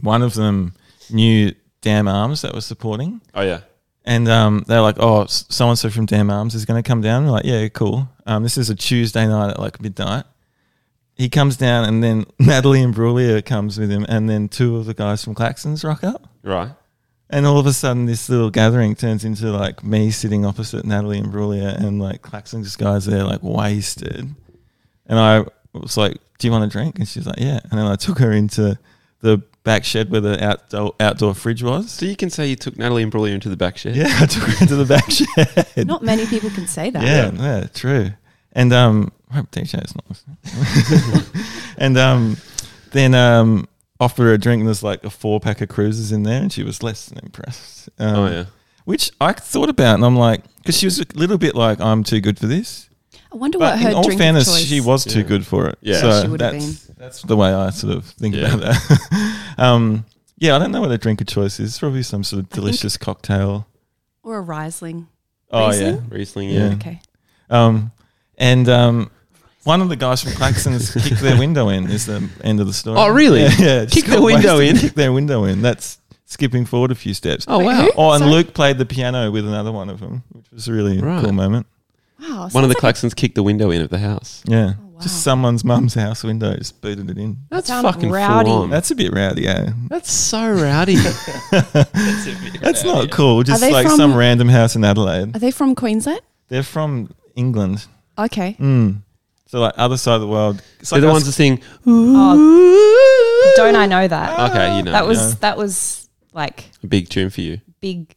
Speaker 3: one of them knew Damn Arms that was supporting.
Speaker 1: oh yeah.
Speaker 3: And um, they're like, oh, so and so from Damn Arms is going to come down. We're like, yeah, cool. Um, this is a Tuesday night at like midnight. He comes down, and then Natalie and Brulia comes with him, and then two of the guys from Claxons rock up.
Speaker 1: Right.
Speaker 3: And all of a sudden, this little gathering turns into like me sitting opposite Natalie and Brulia, and like Claxons guys there, like wasted. And I was like, "Do you want a drink?" And she's like, "Yeah." And then I took her into the back shed where the outdoor outdoor fridge was.
Speaker 1: So you can say you took Natalie and Brulia into the back shed.
Speaker 3: Yeah, I took her into the back shed.
Speaker 4: Not many people can say that.
Speaker 3: Yeah, yeah, true. And um, I hope DJ is not listening. and um, then um, offered her a drink, and there's like a four pack of cruisers in there, and she was less than impressed. Um,
Speaker 1: oh yeah.
Speaker 3: Which I thought about, and I'm like, because she was a little bit like, I'm too good for this.
Speaker 4: I wonder
Speaker 3: But
Speaker 4: what her
Speaker 3: in all
Speaker 4: drink
Speaker 3: fairness,
Speaker 4: of choice.
Speaker 3: she was too
Speaker 1: Yeah.
Speaker 3: good for it.
Speaker 1: Yeah.
Speaker 3: so
Speaker 4: She would have
Speaker 3: that's, that's the way I sort of think
Speaker 1: Yeah.
Speaker 3: about that. um, yeah, I don't know what a drink of choice is. Probably some sort of delicious cocktail.
Speaker 4: or a Riesling.
Speaker 3: Oh yeah,
Speaker 4: Riesling?
Speaker 1: Riesling,
Speaker 3: Yeah.
Speaker 1: yeah.
Speaker 4: Okay.
Speaker 3: um, and um, one of the guys from Claxons kicked their window in. Is the end of the story?
Speaker 1: Oh, really?
Speaker 3: Yeah, yeah just
Speaker 1: Kick
Speaker 3: got
Speaker 1: the window
Speaker 3: wasted,
Speaker 1: in?
Speaker 3: Kick their window in. That's skipping forward a few steps.
Speaker 1: Oh
Speaker 4: Wait,
Speaker 1: wow.
Speaker 4: who?
Speaker 3: Oh, and
Speaker 4: Sorry.
Speaker 3: Luke played the piano with another one of them, which was a really
Speaker 1: Right.
Speaker 3: cool moment.
Speaker 4: Wow.
Speaker 1: One
Speaker 4: sounds
Speaker 1: of the
Speaker 4: like a-
Speaker 1: Claxons kicked the window in of the house.
Speaker 3: Yeah,
Speaker 4: Oh, wow.
Speaker 3: just someone's mum's house window, just booted it in.
Speaker 1: That's
Speaker 4: Sound
Speaker 1: fucking
Speaker 4: rowdy.
Speaker 1: full on.
Speaker 3: That's a bit rowdy, eh? yeah.
Speaker 1: That's so rowdy.
Speaker 3: That's not cool. Just
Speaker 4: they
Speaker 3: like
Speaker 4: from-
Speaker 3: some random house in Adelaide.
Speaker 4: Are they from Queensland?
Speaker 3: They're from England.
Speaker 4: Okay.
Speaker 3: Mm. So like other side of the world. It's
Speaker 1: They're
Speaker 3: like
Speaker 1: the
Speaker 3: us-
Speaker 1: ones that sing.
Speaker 4: Oh, don't I know
Speaker 3: Uh,
Speaker 4: that?
Speaker 1: Okay, you know
Speaker 4: that was
Speaker 1: yeah.
Speaker 4: that was like
Speaker 1: a big tune for you.
Speaker 4: big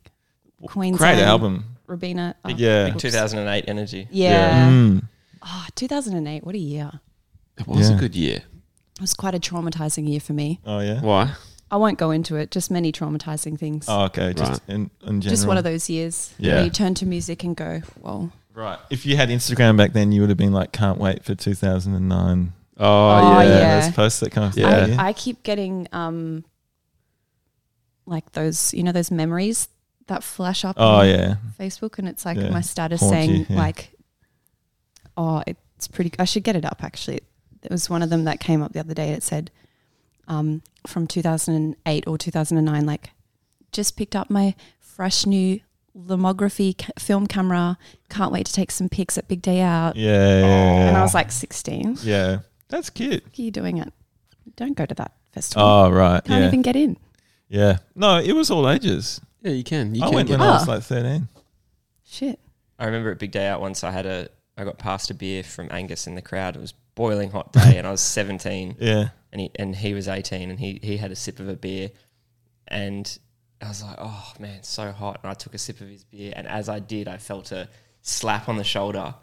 Speaker 4: Queensland
Speaker 3: great album.
Speaker 4: Robina. oh,
Speaker 3: Yeah.
Speaker 5: Big 2008 energy.
Speaker 4: Yeah.
Speaker 3: Mm.
Speaker 4: Oh, 2008. What a year.
Speaker 1: It was
Speaker 3: Yeah.
Speaker 1: a good year.
Speaker 4: It was quite a traumatizing year for me.
Speaker 3: Oh yeah.
Speaker 1: Why?
Speaker 4: I won't go into it. Just many traumatizing things.
Speaker 3: Oh okay. Just
Speaker 1: Right.
Speaker 3: in, in general.
Speaker 4: just one of those years
Speaker 3: Yeah.
Speaker 4: where you turn to music and go, "Whoa,
Speaker 3: Right. If you had Instagram back then, you would have been like, "Can't wait for 2009."
Speaker 1: Oh,
Speaker 4: Oh,
Speaker 1: yeah.
Speaker 4: yeah.
Speaker 3: Those posts that kind of
Speaker 1: Yeah.
Speaker 3: thing.
Speaker 4: I, I keep getting um, like those, you know, those memories that flash up
Speaker 3: Oh
Speaker 4: on
Speaker 3: yeah.
Speaker 4: Facebook, and it's like
Speaker 3: Yeah.
Speaker 4: my status
Speaker 3: Haunt
Speaker 4: saying
Speaker 3: you, yeah.
Speaker 4: like, "Oh, it's pretty." I should get it up actually. There was one of them that came up the other day. It said, um, from 2008 or 2009, like, just picked up my fresh new lamography ca- film camera. Can't wait to take some pics at Big Day Out.
Speaker 3: Yeah. yeah, yeah.
Speaker 4: And I was like, 16.
Speaker 3: yeah. That's cute.
Speaker 4: Fuck are you doing it? Don't go to that festival.
Speaker 3: Oh right.
Speaker 4: Can't
Speaker 3: yeah.
Speaker 4: even get in.
Speaker 3: yeah. No, it was all ages.
Speaker 1: Yeah, you can. You
Speaker 3: I
Speaker 1: can
Speaker 3: went
Speaker 1: get
Speaker 3: when I was
Speaker 4: Ah.
Speaker 3: like 13.
Speaker 4: Shit.
Speaker 5: I remember at Big Day Out once I had a I got passed a beer from Angus in the crowd. It was boiling hot day and I was 17
Speaker 3: Yeah.
Speaker 5: and he and he was 18 and he he had a sip of a beer and I was like, "Oh man, it's so hot." And I took a sip of his beer and as I did, I felt a slap on the shoulder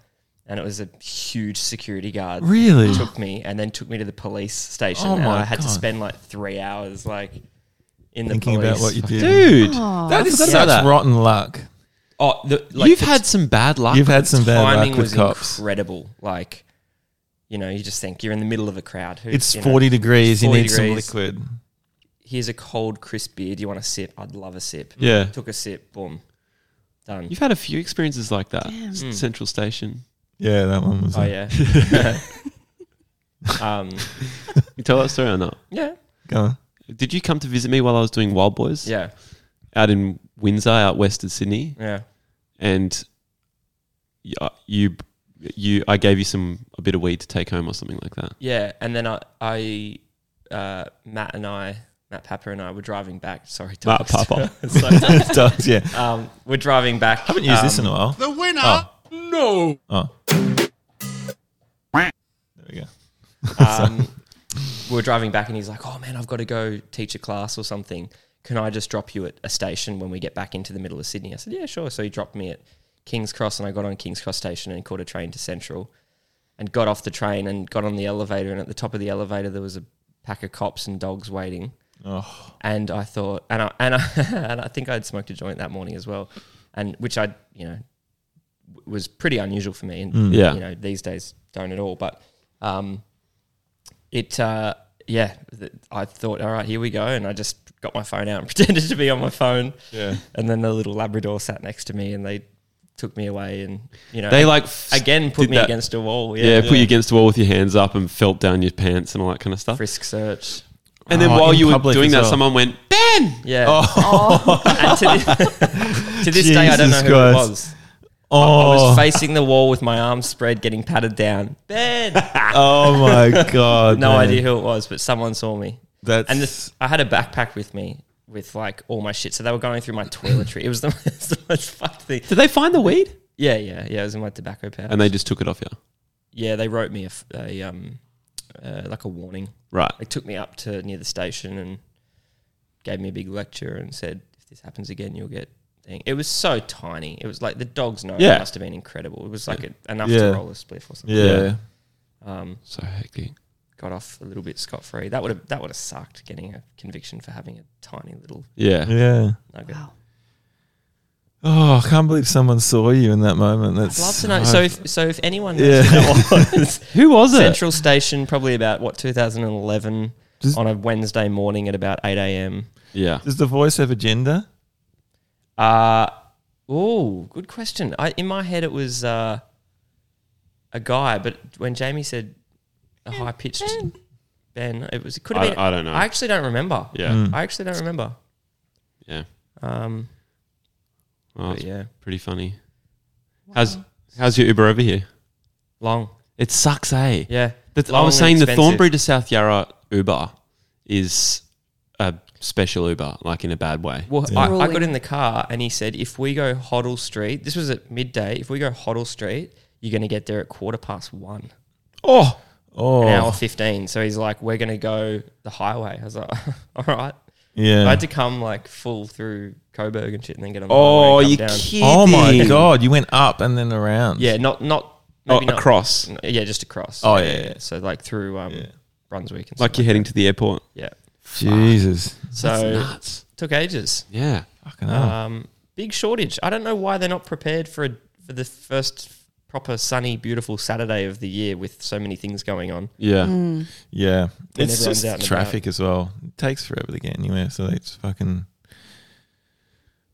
Speaker 5: and it was a huge security guard.
Speaker 3: Really?
Speaker 5: Took me and then took me to the police station
Speaker 3: Oh
Speaker 5: and
Speaker 3: my
Speaker 5: I had to
Speaker 3: God.
Speaker 5: spend like 3 hours like in the
Speaker 3: Thinking
Speaker 5: police.
Speaker 3: about what you did.
Speaker 1: Dude,
Speaker 4: Aw.
Speaker 1: that is
Speaker 3: That's
Speaker 1: such
Speaker 3: rotten luck.
Speaker 5: Oh, the, like
Speaker 1: You've
Speaker 5: the
Speaker 1: had some bad luck.
Speaker 3: You've had some bad
Speaker 5: timing
Speaker 3: luck with
Speaker 5: was
Speaker 3: cops.
Speaker 5: incredible. Like, you know, you just think you're in the middle of a crowd. Who,
Speaker 3: It's
Speaker 5: you know,
Speaker 3: 40 degrees.
Speaker 5: 40
Speaker 3: you need
Speaker 5: degrees.
Speaker 3: some liquid.
Speaker 1: Mm.
Speaker 5: Here's a cold, crisp beer. Do you want a sip? I'd love a sip.
Speaker 3: Yeah.
Speaker 5: Took a sip. Boom. Done.
Speaker 1: You've had a few experiences like that.
Speaker 4: Damn.
Speaker 1: S- Central Station.
Speaker 3: Yeah, that one was.
Speaker 5: oh
Speaker 3: a-
Speaker 5: yeah. um.
Speaker 1: You tell that story or not?
Speaker 5: Yeah.
Speaker 3: Go on.
Speaker 1: Did you come to visit me while I was doing Wild Boys?
Speaker 5: Yeah.
Speaker 1: Out in Windsor, out west of Sydney,
Speaker 5: Yeah.
Speaker 1: and y- uh, you, you, I gave you some a bit of weed to take home or something like that.
Speaker 5: Yeah. And then I, I, uh, Matt and I, Matt Papa and I were driving back. Sorry,
Speaker 1: Matt
Speaker 5: dogs.
Speaker 1: Papa.
Speaker 5: So,
Speaker 3: Dogs, yeah.
Speaker 5: um, we're driving back.
Speaker 3: Haven't used this in
Speaker 5: Um,
Speaker 3: a while.
Speaker 6: The winner,
Speaker 3: Oh.
Speaker 6: no.
Speaker 3: Oh. There we go.
Speaker 5: um, we were driving back and he's like, oh man, I've got to go teach a class or something. Can I just drop you at a station when we get back into the middle of Sydney? I said, yeah, sure. So he dropped me at King's Cross and I got on King's Cross station and caught a train to Central and got off the train and got on the elevator. And at the top of the elevator, there was a pack of cops and dogs waiting.
Speaker 3: Oh.
Speaker 5: And I thought, and I, and I, and I think I'd smoked a joint that morning as well. And which I, you know, w- was pretty unusual for me. And,
Speaker 3: Mm.
Speaker 1: Yeah.
Speaker 5: you know, these days don't at all. But, um, it uh, yeah th- i thought all right here we go and i just got my phone out and pretended to be on my phone
Speaker 3: Yeah.
Speaker 5: and then the little labrador sat next to me and they took me away and you know
Speaker 1: They
Speaker 5: ag-
Speaker 1: like f-
Speaker 5: again put
Speaker 1: did
Speaker 5: me
Speaker 1: that-
Speaker 5: against a wall
Speaker 1: Yeah,
Speaker 5: yeah,
Speaker 1: put you against the wall with your hands up and felt down your pants and all that kind of stuff.
Speaker 5: frisk search
Speaker 1: And then
Speaker 3: Oh,
Speaker 1: while
Speaker 3: in
Speaker 1: you were
Speaker 3: public
Speaker 1: doing
Speaker 3: as
Speaker 1: that,
Speaker 3: well.
Speaker 1: someone went Ben.
Speaker 5: yeah
Speaker 1: Oh.
Speaker 5: and to, thi- to this day i don't know
Speaker 3: Jesus
Speaker 5: who it
Speaker 3: Christ.
Speaker 5: was I- I
Speaker 3: Oh,
Speaker 5: was facing the wall with my arms spread, getting patted down. Ben,
Speaker 3: oh my God.
Speaker 5: no
Speaker 3: man.
Speaker 5: idea who it was, but someone saw me.
Speaker 3: That's.
Speaker 5: And this, I had a backpack with me with like all my shit. So they were going through my toiletry. It was the most, the most fucked thing.
Speaker 1: Did they find the weed?
Speaker 5: Yeah, yeah, yeah. It was in my tobacco pouch.
Speaker 1: And they just took it off you.
Speaker 5: yeah, they wrote me a, f- a, um, uh, like a warning.
Speaker 1: Right.
Speaker 5: They took me up to near the station and gave me a big lecture and said, if this happens again, you'll get. Thing. It was so tiny. It was like the dog's nose
Speaker 1: Yeah.
Speaker 5: must have been incredible. It was like a, enough
Speaker 3: Yeah.
Speaker 5: to roll a spliff or something.
Speaker 1: Yeah.
Speaker 3: yeah.
Speaker 5: Um,
Speaker 1: So hectic.
Speaker 5: got off a little bit scot free. That would have that would have sucked getting a conviction for having a tiny little
Speaker 1: Yeah.
Speaker 3: Yeah.
Speaker 5: nugget.
Speaker 4: Wow.
Speaker 3: Oh, I can't believe someone saw you in that moment.
Speaker 5: I'd
Speaker 3: That's
Speaker 5: love to know. So if so, if anyone knows
Speaker 3: Yeah.
Speaker 5: who that was,
Speaker 1: Who was it?
Speaker 5: Central Station, probably about what 2011
Speaker 3: Does-
Speaker 5: on a Wednesday morning at about 8 a.m.
Speaker 1: Yeah.
Speaker 3: does the voice have a gender?
Speaker 5: Uh, oh, good question. I, in my head, it was uh, a guy, but when Jamie said a high pitched Ben, it was it could have
Speaker 1: I-
Speaker 5: been.
Speaker 1: I don't know.
Speaker 5: I actually don't remember.
Speaker 1: Yeah.
Speaker 3: Mm.
Speaker 5: I actually don't remember.
Speaker 1: Yeah.
Speaker 5: Um,
Speaker 1: Well,
Speaker 5: but
Speaker 1: it's
Speaker 5: yeah,
Speaker 1: pretty funny. How's how's your Uber over here?
Speaker 5: long.
Speaker 1: It sucks, eh?
Speaker 5: Yeah,
Speaker 1: The- I
Speaker 5: Long
Speaker 1: was
Speaker 5: and
Speaker 1: saying the
Speaker 5: expensive.
Speaker 1: Thornbury to South Yarra Uber is a special Uber, like in a bad way.
Speaker 5: Well, I, I got
Speaker 4: Grueling.
Speaker 5: in the car and he said, if we go Hoddle Street, this was at midday. If we go Hoddle Street, you're going to get there at quarter past one,
Speaker 3: Oh,
Speaker 5: an hour
Speaker 3: oh,
Speaker 5: 15. So he's like, we're going to go the highway. I was like, all right.
Speaker 3: yeah.
Speaker 5: I had to come like full through Coburg and shit and then get on the
Speaker 1: oh,
Speaker 5: highway
Speaker 1: you
Speaker 5: and come down.
Speaker 1: kidding?
Speaker 3: oh my god, you went up and then around.
Speaker 5: Yeah, not, not,
Speaker 1: Oh,
Speaker 5: maybe not-
Speaker 1: across,
Speaker 5: n- Yeah, just across.
Speaker 3: Oh, yeah, yeah.
Speaker 5: So like through um,
Speaker 3: Yeah.
Speaker 5: Brunswick and
Speaker 1: like
Speaker 5: stuff.
Speaker 1: you're heading to the airport.
Speaker 5: Yeah.
Speaker 3: Jesus.
Speaker 5: So
Speaker 1: Nuts.
Speaker 5: took ages.
Speaker 1: Yeah.
Speaker 3: Fucking hell.
Speaker 5: Um, big shortage. I don't know why they're not prepared for a, for the first proper sunny, beautiful Saturday of the year with so many things going on.
Speaker 1: Yeah.
Speaker 3: Yeah,
Speaker 5: When
Speaker 3: it's
Speaker 5: everyone's
Speaker 3: just
Speaker 5: out and
Speaker 3: traffic as well. It takes forever to get anywhere, so it's fucking,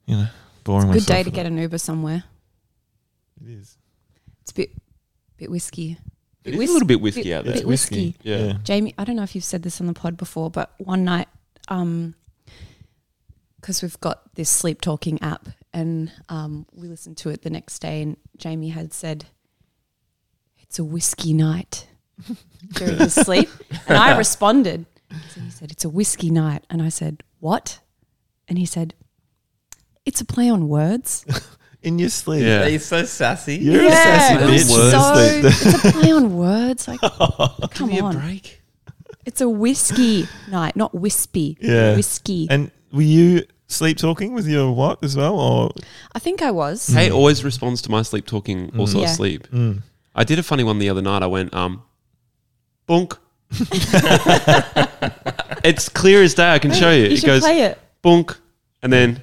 Speaker 3: you know, boring.
Speaker 4: Good day
Speaker 3: myself
Speaker 4: to
Speaker 3: with
Speaker 4: get an Uber somewhere.
Speaker 3: It is.
Speaker 4: It's a bit, bit whiskey.
Speaker 1: It is a little bit whiskey out there.
Speaker 4: Bit whiskey.
Speaker 1: Yeah.
Speaker 3: Yeah.
Speaker 4: Jamie, I don't know if you've said this on the pod before, but one night, um, because we've got this sleep talking app, and um, we listened to it the next day, and Jamie had said, "It's a whiskey night" during his sleep, and I responded. So he said, "It's a whiskey night," and I said, "What?" And he said, "It's a play on words."
Speaker 3: In your sleep.
Speaker 1: Yeah.
Speaker 5: He's so sassy.
Speaker 3: You're a sassy
Speaker 4: it
Speaker 3: bitch.
Speaker 4: was
Speaker 3: in your sleep.
Speaker 4: So it's a play on words. Like, come on.
Speaker 1: break.
Speaker 4: It's a whiskey night, not wispy.
Speaker 3: Yeah.
Speaker 4: Whiskey.
Speaker 3: And were you sleep talking with your what as well? Or
Speaker 4: I think I was.
Speaker 3: Mm.
Speaker 1: Kate always responds to my sleep talking, also
Speaker 4: Yeah.
Speaker 1: asleep. I did a funny one the other night. I went, um, bonk. it's clear as day. I can show you.
Speaker 4: You
Speaker 1: it
Speaker 4: should
Speaker 1: goes
Speaker 4: play it.
Speaker 1: bonk, and then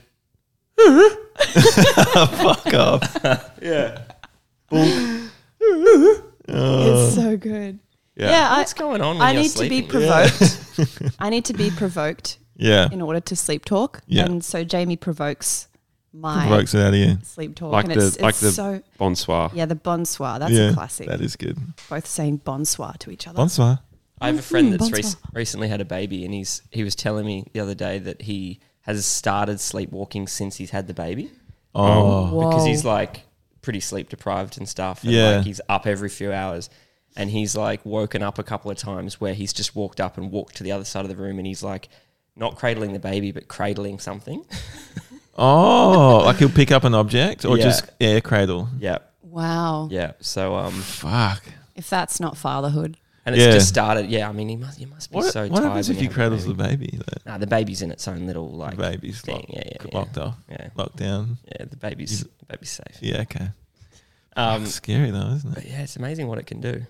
Speaker 3: fuck off. uh,
Speaker 4: It's so good. Yeah, I,
Speaker 5: What's going on? When
Speaker 4: I
Speaker 5: you're
Speaker 4: need to be
Speaker 5: sleeping?
Speaker 4: provoked. I need to be provoked
Speaker 3: Yeah.
Speaker 4: in order to sleep talk.
Speaker 3: Yeah.
Speaker 4: And so Jamie provokes my
Speaker 3: Provokes it out of you.
Speaker 4: sleep talk.
Speaker 1: like
Speaker 4: Oh, and
Speaker 1: the
Speaker 4: it's,
Speaker 1: like
Speaker 4: it's
Speaker 1: the
Speaker 4: so,
Speaker 1: bonsoir.
Speaker 4: yeah, the bonsoir. That's
Speaker 3: yeah.
Speaker 4: a classic.
Speaker 3: That is good.
Speaker 4: Both saying bonsoir to each other.
Speaker 3: Bonsoir.
Speaker 5: I have a friend
Speaker 4: Mm,
Speaker 5: that's
Speaker 4: bonsoir.
Speaker 5: rec- recently had a baby, and he's he was telling me the other day that he has started sleepwalking since he's had the baby
Speaker 3: Oh.
Speaker 5: because
Speaker 4: Whoa.
Speaker 5: he's like pretty sleep deprived and stuff. And
Speaker 3: Yeah.
Speaker 5: like he's up every few hours. And he's like woken up a couple of times where he's just walked up and walked to the other side of the room and he's like not cradling the baby but cradling something.
Speaker 3: Oh. like he'll pick up an object or
Speaker 5: Yeah.
Speaker 3: just air cradle.
Speaker 5: yeah.
Speaker 4: Wow.
Speaker 5: Yeah. So um
Speaker 3: Fuck.
Speaker 4: If that's not fatherhood.
Speaker 5: and it's
Speaker 3: Yeah.
Speaker 5: just started. Yeah, I mean he must you must be
Speaker 3: What,
Speaker 5: so
Speaker 3: what
Speaker 5: tired.
Speaker 3: happens
Speaker 5: when
Speaker 3: if you
Speaker 5: have a
Speaker 3: cradles the
Speaker 5: baby.
Speaker 3: baby? though?
Speaker 5: Nah, the baby's in its own little like
Speaker 3: The baby's
Speaker 5: thing.
Speaker 3: locked,
Speaker 5: yeah, yeah, yeah.
Speaker 3: locked off.
Speaker 5: Yeah.
Speaker 3: Locked down.
Speaker 5: Yeah, the baby's the baby's safe.
Speaker 3: Yeah, okay.
Speaker 5: Um
Speaker 3: Scary though, isn't
Speaker 5: but
Speaker 3: it?
Speaker 5: yeah, it's amazing what it can do.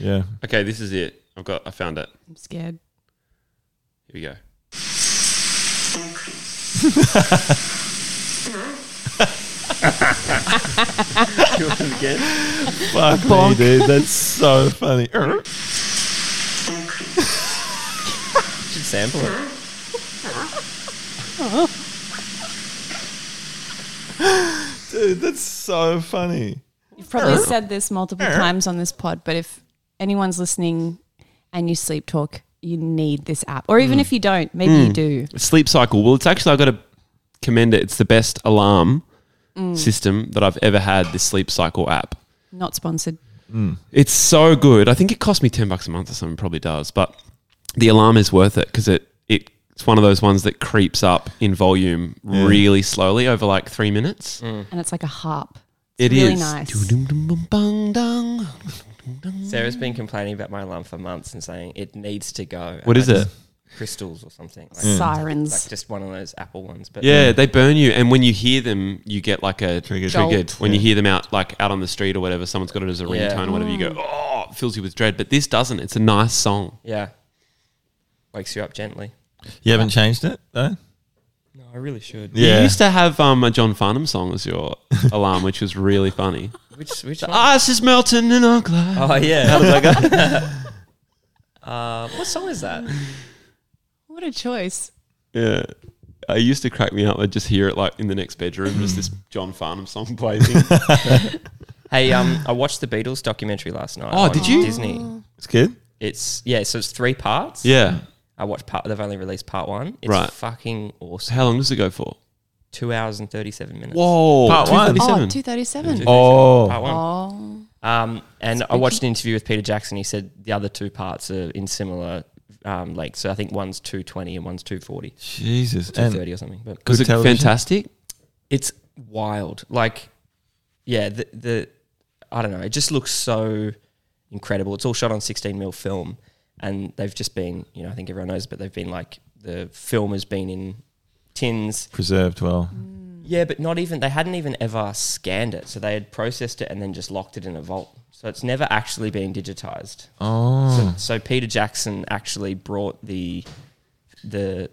Speaker 3: Yeah.
Speaker 1: Okay, this is it. I've got. I found it.
Speaker 4: I'm scared.
Speaker 1: Here we go.
Speaker 3: Fuck me, dude. That's so funny.
Speaker 5: You should sample it.
Speaker 3: dude, that's so funny.
Speaker 4: You've probably
Speaker 3: Oh.
Speaker 4: said this multiple times on this pod, but if anyone's listening and you sleep talk, you need this app. Or
Speaker 3: Hmm.
Speaker 4: even if you don't, maybe you do.
Speaker 1: Sleep cycle. Well, it's actually I got to commend it. It's the best alarm
Speaker 4: Mm.
Speaker 1: system that I've ever had. This sleep cycle app.
Speaker 4: Not sponsored.
Speaker 1: It's so good. I think it cost me ten bucks a month or something. Probably does, but the alarm is worth it because it it it's one of those ones that creeps up in volume really slowly over like three minutes.
Speaker 4: And it's like a harp.
Speaker 1: It
Speaker 4: Mm. It's really
Speaker 1: is.
Speaker 4: nice.
Speaker 1: Doo-dum-dum-bung-dung.
Speaker 5: Sarah's been complaining about my alarm for months and saying it needs to go.
Speaker 1: What
Speaker 5: And
Speaker 1: is
Speaker 5: I
Speaker 1: it?
Speaker 5: just- Crystals or something. Like,
Speaker 4: Sirens.
Speaker 5: like just one of those Apple ones. But
Speaker 1: Yeah, they burn you, and when you hear them, you get like a triggered.
Speaker 4: Jolt.
Speaker 1: When you hear them out, like out on the street or whatever, someone's got it as a
Speaker 5: Yeah.
Speaker 1: ringtone or whatever. You go, oh, pop fills you with dread, but this doesn't. It's a nice song.
Speaker 5: Yeah. Wakes you up gently.
Speaker 3: You haven't changed it though.
Speaker 5: No, I really should.
Speaker 1: You used to have um, a John Farnham song as your alarm, which was really funny.
Speaker 5: Which which
Speaker 1: The
Speaker 5: one?
Speaker 1: ice is melting in our glass.
Speaker 5: Oh yeah. How did I go? uh, what song is that?
Speaker 4: What a choice.
Speaker 1: Yeah. It used to crack me up. I'd just hear it like in the next bedroom, just this John Farnham song blazing.
Speaker 5: Hey, um, I watched the Beatles documentary last night.
Speaker 1: Oh,
Speaker 5: on
Speaker 1: did you?
Speaker 5: Disney.
Speaker 3: It's good.
Speaker 5: It's yeah. So it's three parts.
Speaker 1: yeah.
Speaker 5: I watched part. They've only released part one. It's
Speaker 1: Right.
Speaker 5: fucking awesome.
Speaker 1: How long does it go for?
Speaker 5: Two hours and thirty-seven minutes.
Speaker 1: Whoa.
Speaker 3: Part one.
Speaker 4: Oh,
Speaker 1: 237.
Speaker 4: 237.
Speaker 3: Oh,
Speaker 5: Part one.
Speaker 4: Oh.
Speaker 5: Um, and I watched an interview with Peter Jackson. He said the other two parts are in similar um, length. So I think one's 220 and one's 240,
Speaker 3: Jesus! And
Speaker 5: 230 or something. But
Speaker 1: was it
Speaker 3: Good television.
Speaker 1: fantastic?
Speaker 5: it's wild. Like, yeah, the, the I don't know. It just looks so incredible. It's all shot on 16 mil film, and they've just been, you know, I think everyone knows, but they've been like the film has been in tins.
Speaker 3: preserved well.
Speaker 5: Mm. Yeah, but not even they hadn't even ever scanned it. So they had processed it and then just locked it in a vault. So it's never actually been digitized.
Speaker 3: Oh,
Speaker 1: Hmm.
Speaker 5: So, so Peter Jackson actually brought the the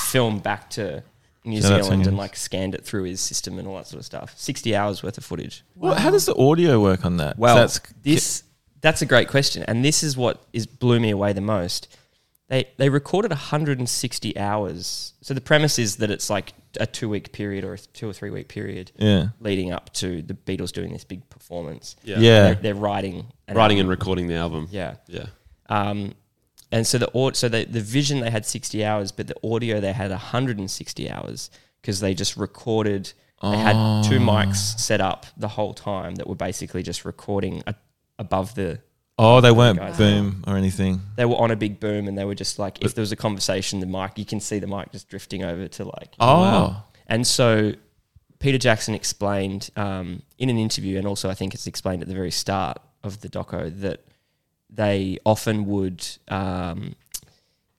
Speaker 5: film back to New
Speaker 3: So that's
Speaker 5: Zealand
Speaker 3: onions.
Speaker 5: and like scanned it through his system and all that sort of stuff. Sixty hours worth of footage.
Speaker 3: Well, how does the audio work on that?
Speaker 5: Well,
Speaker 3: that's
Speaker 5: this that's a great question, and this is what is blew me away the most. They they recorded 160 hours. So the premise is that it's like a two week period or a two or three week period
Speaker 3: yeah,
Speaker 5: leading up to the Beatles doing this big performance.
Speaker 1: Yeah.
Speaker 3: yeah.
Speaker 5: They're, they're writing an
Speaker 1: Writing and
Speaker 5: album.
Speaker 1: recording the album.
Speaker 5: yeah.
Speaker 1: Yeah.
Speaker 5: Um, and so the au- so the, the vision they had 60 hours, but the audio they had 160 hours because they just recorded. They had two mics set up the whole time that were basically just recording a, above the.
Speaker 3: Oh, they weren't
Speaker 5: Guys.
Speaker 3: boom or anything.
Speaker 5: They were on a big boom, and they were just like, if there was a conversation, the mic you can see the mic just drifting over to like.
Speaker 3: Oh,
Speaker 5: And so Peter Jackson explained um, in an interview, and also I think it's explained at the very start of the doco, that they often would um,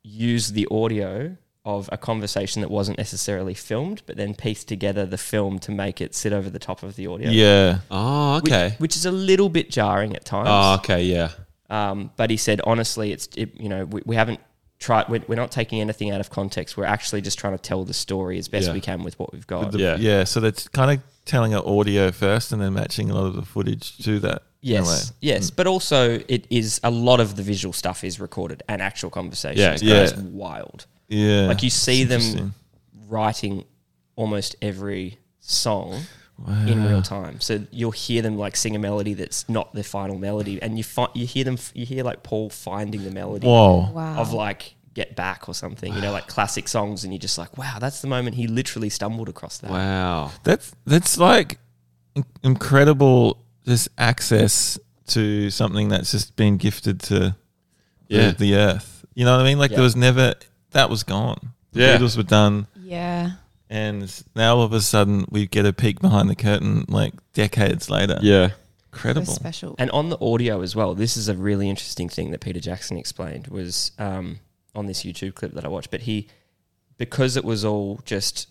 Speaker 5: use the audio of a conversation that wasn't necessarily filmed, but then piece together the film to make it sit over the top of the audio.
Speaker 3: yeah.
Speaker 1: Oh,
Speaker 5: Which,
Speaker 1: okay.
Speaker 5: which is a little bit jarring at times.
Speaker 1: Oh, okay. Yeah.
Speaker 5: Um, but he said, honestly, it's it, you know we, we haven't tried. We're, we're not taking anything out of context. We're actually just trying to tell the story as best
Speaker 1: Yeah.
Speaker 5: we can with what we've got.
Speaker 3: The-
Speaker 1: Yeah.
Speaker 3: yeah. So that's kind of telling it audio first, and then matching a lot of the footage to that. in a
Speaker 5: Yes,
Speaker 3: way. Mm.
Speaker 5: yes, but also it is a lot of the visual stuff is recorded and actual conversations.
Speaker 1: Yeah,
Speaker 5: It's
Speaker 3: yeah.
Speaker 5: just wild.
Speaker 3: Yeah.
Speaker 5: Like you see
Speaker 3: It's
Speaker 5: them
Speaker 3: interesting.
Speaker 5: writing almost every song in
Speaker 3: Ah.
Speaker 5: real time. So you'll hear them like sing a melody that's not the final melody, and you find you hear them you hear like Paul finding the melody
Speaker 3: Whoa.
Speaker 4: Wow.
Speaker 5: of like Get Back or something. You know, like classic songs, and you're just like, wow, that's the moment he literally stumbled across that.
Speaker 1: Wow.
Speaker 3: That's that's like in- incredible. Just access to something that's just been gifted to
Speaker 1: Yeah.
Speaker 3: the, the earth. You know what I mean? Like
Speaker 5: Yeah.
Speaker 3: there was never that was gone. The
Speaker 1: Yeah.
Speaker 3: Beatles were done,
Speaker 4: yeah.
Speaker 3: and now all of a sudden we get a peek behind the curtain like decades later.
Speaker 1: Yeah.
Speaker 4: So
Speaker 3: Incredible.
Speaker 4: special.
Speaker 5: And on the audio as well, this is a really interesting thing that Peter Jackson explained was um, on this YouTube clip that I watched. But he, because it was all just,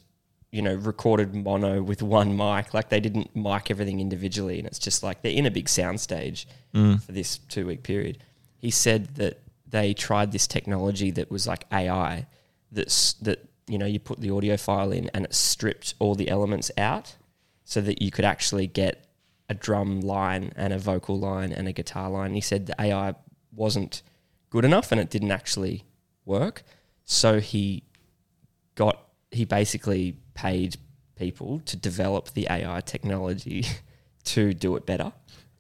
Speaker 5: you know, recorded mono with one mic, like they didn't mic everything individually. And it's just like they're in a big soundstage for this two week period. He said that they tried this technology that was like AI that's, that, you know, you put the audio file in and it stripped all the elements out so that you could actually get a drum line and a vocal line and a guitar line. He said the AI wasn't good enough and it didn't actually work. So he got he basically paid people to develop the AI technology to do it better.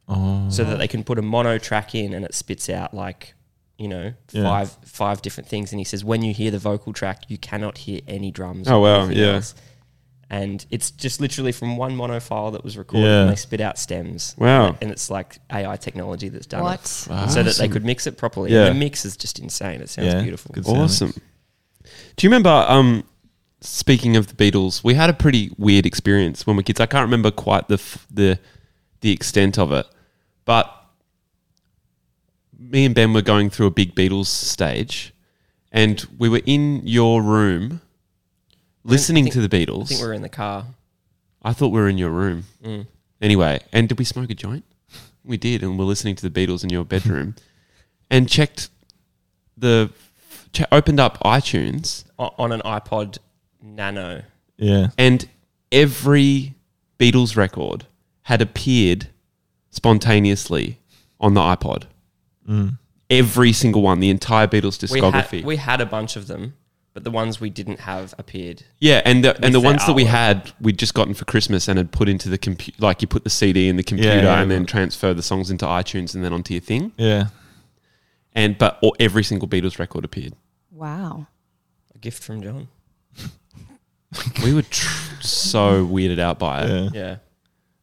Speaker 3: Oh.
Speaker 5: So
Speaker 1: Mm-hmm.
Speaker 5: that they can put a mono track in and it spits out like, you know,
Speaker 3: Yeah.
Speaker 5: five five different things. And he says when you hear the vocal track, you cannot hear any drums
Speaker 1: Oh, wow,
Speaker 5: anything
Speaker 1: yeah.
Speaker 5: And it's just literally from one mono file that was recorded
Speaker 3: Yeah.
Speaker 5: and they spit out stems.
Speaker 1: Wow.
Speaker 5: And it's like AI technology that's done it.
Speaker 4: What?
Speaker 5: So that they could mix it properly.
Speaker 1: Yeah.
Speaker 5: And the mix is just insane. It sounds
Speaker 3: Yeah.
Speaker 5: beautiful.
Speaker 3: Good.
Speaker 1: Awesome. Do you remember? Um, speaking of the Beatles, we had a pretty weird experience when we were kids. I can't remember quite the f- the the extent of it, but me and Ben were going through a big Beatles stage, and we were in your room listening
Speaker 5: think-
Speaker 1: to the
Speaker 5: I think we
Speaker 1: Beatles.
Speaker 5: were in the car.
Speaker 1: I thought we were in your room. Anyway, and did we smoke a joint? we did, and we're listening to the Beatles in your bedroom, and checked the che opened up iTunes,
Speaker 5: O- on an iPod Nano.
Speaker 3: Yeah.
Speaker 1: and every Beatles record had appeared spontaneously on the iPod. Every single one, the entire Beatles
Speaker 5: We had,
Speaker 1: discography.
Speaker 5: we had a bunch of them, but the ones we didn't have appeared.
Speaker 1: Yeah, and the, and the
Speaker 5: With their
Speaker 1: ones that we
Speaker 5: artwork.
Speaker 1: had, we'd just gotten for Christmas and had put into the computer, like you put the CD in the computer
Speaker 3: yeah.
Speaker 1: and then transfer the songs into iTunes and then onto your thing.
Speaker 3: Yeah.
Speaker 1: And but all, every single Beatles record appeared.
Speaker 4: Wow.
Speaker 5: A gift from John.
Speaker 1: We were tr- so weirded out by it.
Speaker 3: Yeah.
Speaker 5: Yeah.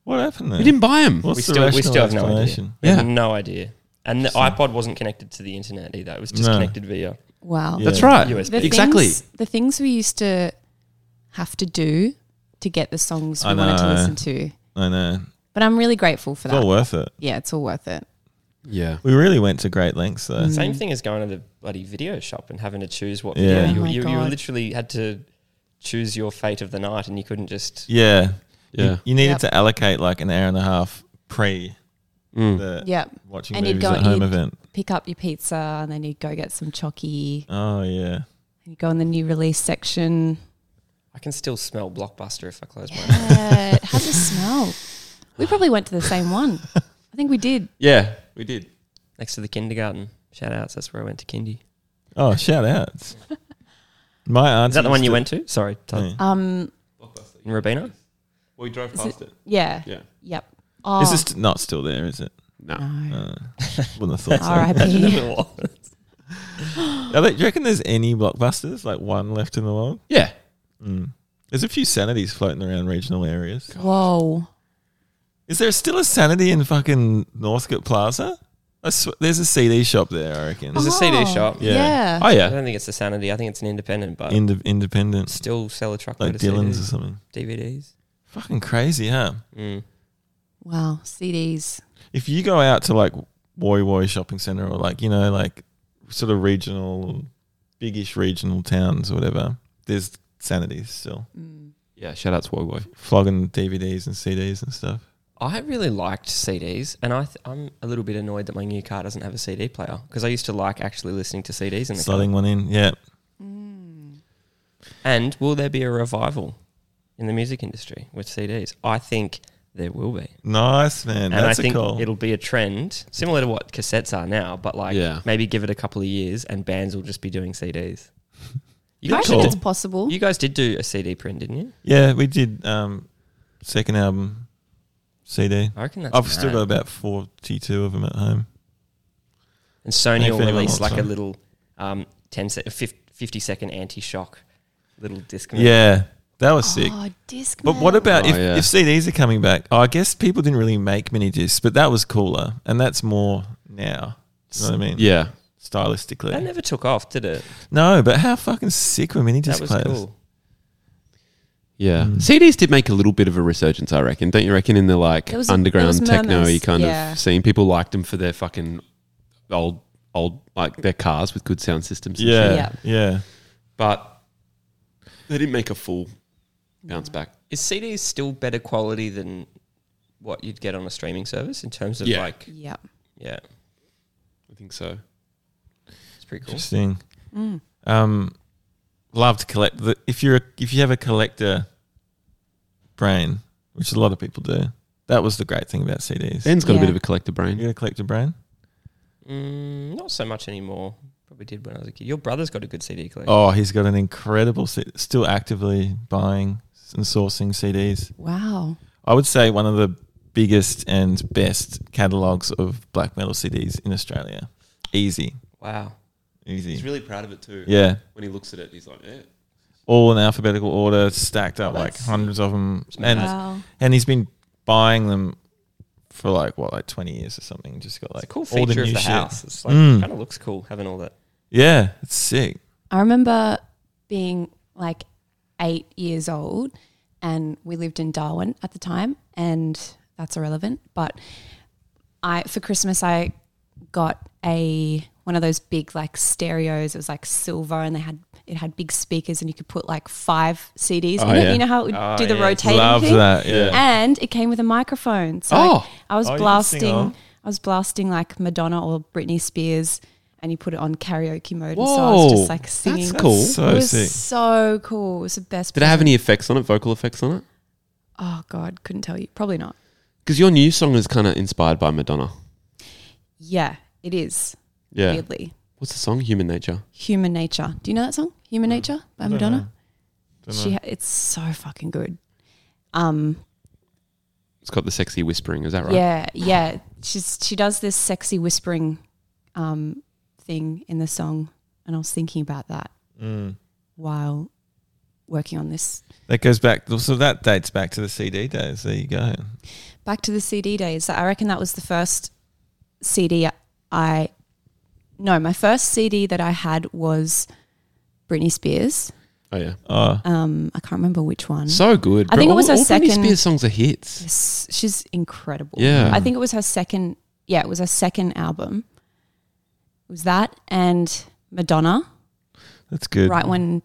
Speaker 3: What happened there?
Speaker 1: We didn't buy them.
Speaker 3: What's the
Speaker 5: we still we
Speaker 3: rational
Speaker 5: still have no idea.
Speaker 3: explanation?
Speaker 5: We have
Speaker 1: Yeah.
Speaker 5: no idea. And the iPod wasn't connected to the internet either. It was just
Speaker 3: No.
Speaker 5: connected via.
Speaker 4: Wow.
Speaker 1: That's
Speaker 3: Yeah.
Speaker 1: right.
Speaker 5: USB.
Speaker 4: The
Speaker 1: Exactly.
Speaker 4: Things, the things we used to have to do to get the songs we
Speaker 3: I
Speaker 4: wanted to
Speaker 3: know.
Speaker 4: listen to.
Speaker 3: I know.
Speaker 4: But I'm really grateful for
Speaker 3: It's
Speaker 4: that.
Speaker 3: all worth it.
Speaker 4: yeah, it's all worth it.
Speaker 1: Yeah.
Speaker 3: We really went to great lengths though.
Speaker 5: Same thing as going to the bloody video shop and having to choose what
Speaker 3: Yeah.
Speaker 5: video.
Speaker 3: Oh
Speaker 5: you,
Speaker 4: my
Speaker 5: you, you
Speaker 4: God.
Speaker 5: literally had to choose your fate of the night and you couldn't just.
Speaker 3: Yeah. You-
Speaker 1: Yeah.
Speaker 3: You, needed
Speaker 4: Yep.
Speaker 3: to allocate like an hour and a half pre
Speaker 5: Mm.
Speaker 3: the
Speaker 4: Yep.
Speaker 3: watching
Speaker 4: And you'd
Speaker 3: movies
Speaker 4: go-
Speaker 3: at home
Speaker 4: you'd-
Speaker 3: event.
Speaker 4: Pick up your pizza and then you go get some chocky.
Speaker 3: Oh yeah.
Speaker 4: And you go in the new release section.
Speaker 5: I can still smell Blockbuster if I close my eyes.
Speaker 4: Yeah, it has a smell. We probably went to the same one. I think we did.
Speaker 1: Yeah, we did.
Speaker 5: Next to the kindergarten. Shout outs. That's where I went to kindy.
Speaker 3: Oh, shout outs. My aunt.
Speaker 5: Is that the one you went to? Sorry. Todd.
Speaker 4: Um,
Speaker 5: In Rabina?
Speaker 1: We drove
Speaker 4: Is
Speaker 1: past it.
Speaker 4: yeah.
Speaker 1: Yeah.
Speaker 4: Yep. Oh,
Speaker 3: Is this st- not still there? Is it?
Speaker 1: No.
Speaker 4: no.
Speaker 3: Wouldn't have thought so.
Speaker 4: R.I.P.
Speaker 3: Are they, do you reckon there's any blockbusters like one left in the world?
Speaker 1: Yeah.
Speaker 3: There's a few sanities floating around regional areas.
Speaker 4: Whoa.
Speaker 3: Is there still a sanity in fucking Northcote Plaza? I sw- there's a CD shop there, I reckon.
Speaker 5: There's a CD
Speaker 4: Oh,
Speaker 5: shop.
Speaker 3: Yeah.
Speaker 4: Yeah.
Speaker 1: Oh
Speaker 5: I
Speaker 1: yeah.
Speaker 5: don't think it's a Sanity. I think it's an independent, but
Speaker 3: Ind- independent,
Speaker 5: still sell a truckload
Speaker 3: like
Speaker 5: of
Speaker 3: Dylan's or
Speaker 5: CDs,
Speaker 3: something.
Speaker 5: DVDs.
Speaker 3: Fucking crazy, huh?
Speaker 5: Mm.
Speaker 4: Wow. CDs.
Speaker 3: If you go out to like Woi Woi Shopping Centre or like, you know, like sort of regional, biggish regional towns or whatever, there's sanities still.
Speaker 1: Yeah. Shout out to Woi Woi.
Speaker 3: Flogging DVDs and CDs and stuff.
Speaker 5: I really liked CDs, and I th- I'm a little bit annoyed that my new car doesn't have a CD player because I used to like actually listening to CDs in the
Speaker 3: Slotting one in. Yeah.
Speaker 4: Mm.
Speaker 5: car. And will there be a revival in the music industry with CDs? I think there will be,
Speaker 3: Nice, man.
Speaker 5: and
Speaker 3: That's
Speaker 5: I
Speaker 3: a
Speaker 5: think
Speaker 3: call.
Speaker 5: it'll be a trend similar to what cassettes are now. But like,
Speaker 1: Yeah.
Speaker 5: maybe give it a couple of years, and bands will just be doing CDs. You
Speaker 3: Good
Speaker 4: I
Speaker 5: guys,
Speaker 4: think
Speaker 3: call.
Speaker 4: it's possible.
Speaker 5: you guys did do a CD print, didn't you?
Speaker 3: Yeah, we did um second album CD.
Speaker 5: I reckon that's.
Speaker 3: I've still
Speaker 5: mad.
Speaker 3: got about forty two of them at home. They
Speaker 5: And Sony will
Speaker 3: fail them
Speaker 5: release
Speaker 3: all the
Speaker 5: like a
Speaker 3: time.
Speaker 5: little um, 10 se- fif- 50 second anti shock little disc.
Speaker 3: Yeah. That was sick.
Speaker 4: Oh, disc.
Speaker 3: But what about
Speaker 1: Oh,
Speaker 3: if,
Speaker 1: yeah.
Speaker 3: if CDs are coming back? Oh, I guess people didn't really make mini discs, but that was cooler, and that's more now. Do you know what I mean?
Speaker 1: Yeah.
Speaker 3: stylistically.
Speaker 5: That never took off, did it?
Speaker 3: no, but how fucking sick were mini
Speaker 5: That
Speaker 3: disc
Speaker 5: was
Speaker 3: players?
Speaker 5: cool.
Speaker 1: Yeah.
Speaker 3: Mm.
Speaker 1: CDs did make a little bit of a resurgence, I reckon. Don't you reckon in the like
Speaker 4: There was- there was
Speaker 1: underground techno
Speaker 4: murmurs,
Speaker 1: kind
Speaker 4: yeah.
Speaker 1: of scene? People liked them for their fucking old old like their cars with good sound systems. and shit.
Speaker 3: Yeah,
Speaker 4: Yeah.
Speaker 3: yeah.
Speaker 1: But they didn't make a full bounce back.
Speaker 5: Is CDs still better quality than what you'd get on a streaming service in terms of
Speaker 1: Yeah.
Speaker 5: like,
Speaker 4: Yeah.
Speaker 5: yeah,
Speaker 1: I think so.
Speaker 5: it's pretty cool.
Speaker 3: Interesting.
Speaker 4: Mm.
Speaker 3: Um, love to collect. The, if you're a, if you have a collector brain, which a lot of people do, that was the great thing about CDs.
Speaker 1: Ben's got a
Speaker 4: Yeah.
Speaker 1: bit of a collector
Speaker 3: you
Speaker 1: brain.
Speaker 3: got a collector brain?
Speaker 5: Mm, not so much anymore. Probably did when I was a kid. Your brother's got a good CD collection.
Speaker 3: Oh, he's got an incredible. C- still actively buying and sourcing CDs.
Speaker 4: Wow.
Speaker 3: I would say one of the biggest and best catalogs of black metal CDs in Australia. Easy,
Speaker 5: Wow.
Speaker 3: easy.
Speaker 1: really proud of it too.
Speaker 3: yeah,
Speaker 1: When he looks at it, he's like, "Eh." yeah.
Speaker 3: all in alphabetical order, stacked up like
Speaker 5: Oh, that's-
Speaker 3: hundreds of them, and
Speaker 4: Wow.
Speaker 3: and he's been buying them for like what, like twenty years or something. Just got
Speaker 5: It's
Speaker 3: like
Speaker 5: a cool
Speaker 3: all the
Speaker 5: feature
Speaker 3: new
Speaker 5: of the
Speaker 3: shit.
Speaker 5: house. It's like,
Speaker 3: Mm.
Speaker 5: kind of looks cool having all that.
Speaker 3: Yeah, it's sick.
Speaker 4: I remember being like eight years old, and we lived in Darwin at the time, and that's irrelevant. But I, for Christmas, I got a one of those big like stereos. It was like silver, and they had it had big speakers, and you could put like five CDs
Speaker 1: Oh,
Speaker 4: in
Speaker 1: yeah.
Speaker 4: it. You know how it would do the
Speaker 5: yeah.
Speaker 4: rotating
Speaker 3: Love
Speaker 4: thing,
Speaker 3: that. Yeah.
Speaker 4: and it came with a microphone. So
Speaker 1: Oh.
Speaker 4: I was
Speaker 3: Oh, you can sing
Speaker 4: blasting.
Speaker 3: along.
Speaker 4: I was blasting like Madonna or Britney Spears, and you put it on karaoke mode. And so I was
Speaker 1: Whoa,
Speaker 4: just like singing.
Speaker 1: That's cool.
Speaker 3: So
Speaker 4: it was
Speaker 3: sick.
Speaker 4: so cool. It was the best.
Speaker 1: Did it have
Speaker 4: present.
Speaker 1: any effects on it? Vocal effects on it?
Speaker 4: Oh God, couldn't tell you. Probably not.
Speaker 1: Because your new song is kind of inspired by Madonna.
Speaker 4: Yeah, it is.
Speaker 1: Yeah.
Speaker 4: Weirdly,
Speaker 1: What's the song? Human Nature.
Speaker 4: Human Nature. Do you know that song? Human Nature by Madonna.
Speaker 3: Don't
Speaker 4: She.
Speaker 3: know.
Speaker 4: Ha- it's so fucking good. Um.
Speaker 1: It's got the sexy whispering. Is that right?
Speaker 4: Yeah. Yeah. She's she does this sexy whispering, um, thing in the song, and I was thinking about that
Speaker 3: Mm.
Speaker 4: while working on this
Speaker 3: That goes back. So that dates back to the CD days. There you go.
Speaker 4: back to the CD days. I reckon that was the first CD I. No, my first CD that I had was Britney Spears.
Speaker 1: Oh yeah.
Speaker 3: Oh,
Speaker 4: Um, I can't remember which one.
Speaker 1: So good.
Speaker 4: I
Speaker 1: bro.
Speaker 4: think it was
Speaker 1: all,
Speaker 4: her
Speaker 1: all Britney
Speaker 4: second-
Speaker 1: Spears songs are hits.
Speaker 4: S- She's incredible.
Speaker 1: Yeah.
Speaker 4: I think it was her second. Yeah, it was her second album. It was that and Madonna.
Speaker 3: that's good.
Speaker 4: Right when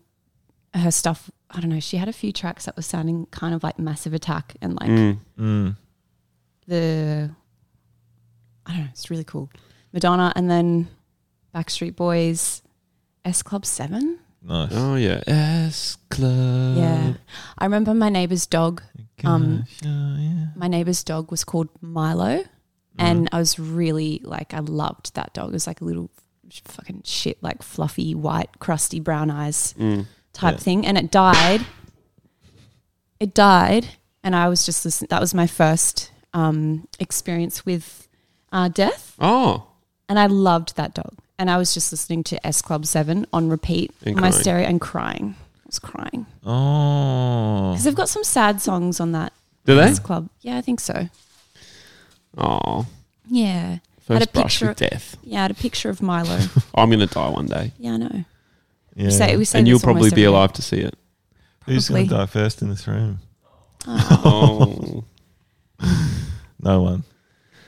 Speaker 4: her stuff, I don't know. She had a few tracks that were sounding kind of like Massive Attack and like
Speaker 1: Mm.
Speaker 3: Mm.
Speaker 4: the I don't know, it's really cool. Madonna and then Backstreet Boys, S Club 7.
Speaker 3: Nice.
Speaker 1: Oh yeah. S Club.
Speaker 4: yeah. I remember my neighbor's dog. um,
Speaker 3: Gosh, oh, yeah.
Speaker 4: My neighbor's dog was called Milo
Speaker 3: Mm.
Speaker 4: and I was really like I loved that dog. It was like a little sh- fucking shit like fluffy white crusty brown eyes
Speaker 1: Mm.
Speaker 4: type
Speaker 3: Yeah.
Speaker 4: thing and it died. It died and I was just listening that was my first um, experience with uh, death.
Speaker 1: Oh.
Speaker 4: and I loved that dog. And I was just listening to S Club Seven on repeat
Speaker 1: And
Speaker 4: on my
Speaker 1: crying.
Speaker 4: stereo and crying. I was crying
Speaker 3: Oh.
Speaker 4: because they've got some sad songs on that
Speaker 1: Do they?
Speaker 4: S Club. Yeah, I think so.
Speaker 1: Oh.
Speaker 4: Yeah, Had
Speaker 1: First
Speaker 4: a
Speaker 1: brush
Speaker 4: picture-
Speaker 1: with death.
Speaker 4: yeah. I had a picture of Milo.
Speaker 1: I'm gonna die one day,
Speaker 4: yeah, I know.
Speaker 3: Yeah.
Speaker 4: We say, we say
Speaker 1: and you'll
Speaker 4: this almost
Speaker 1: probably be
Speaker 4: every day.
Speaker 1: alive to see it.
Speaker 3: Who's going to
Speaker 4: Probably.
Speaker 3: die first in this room?
Speaker 1: Oh.
Speaker 4: Oh,
Speaker 3: No one.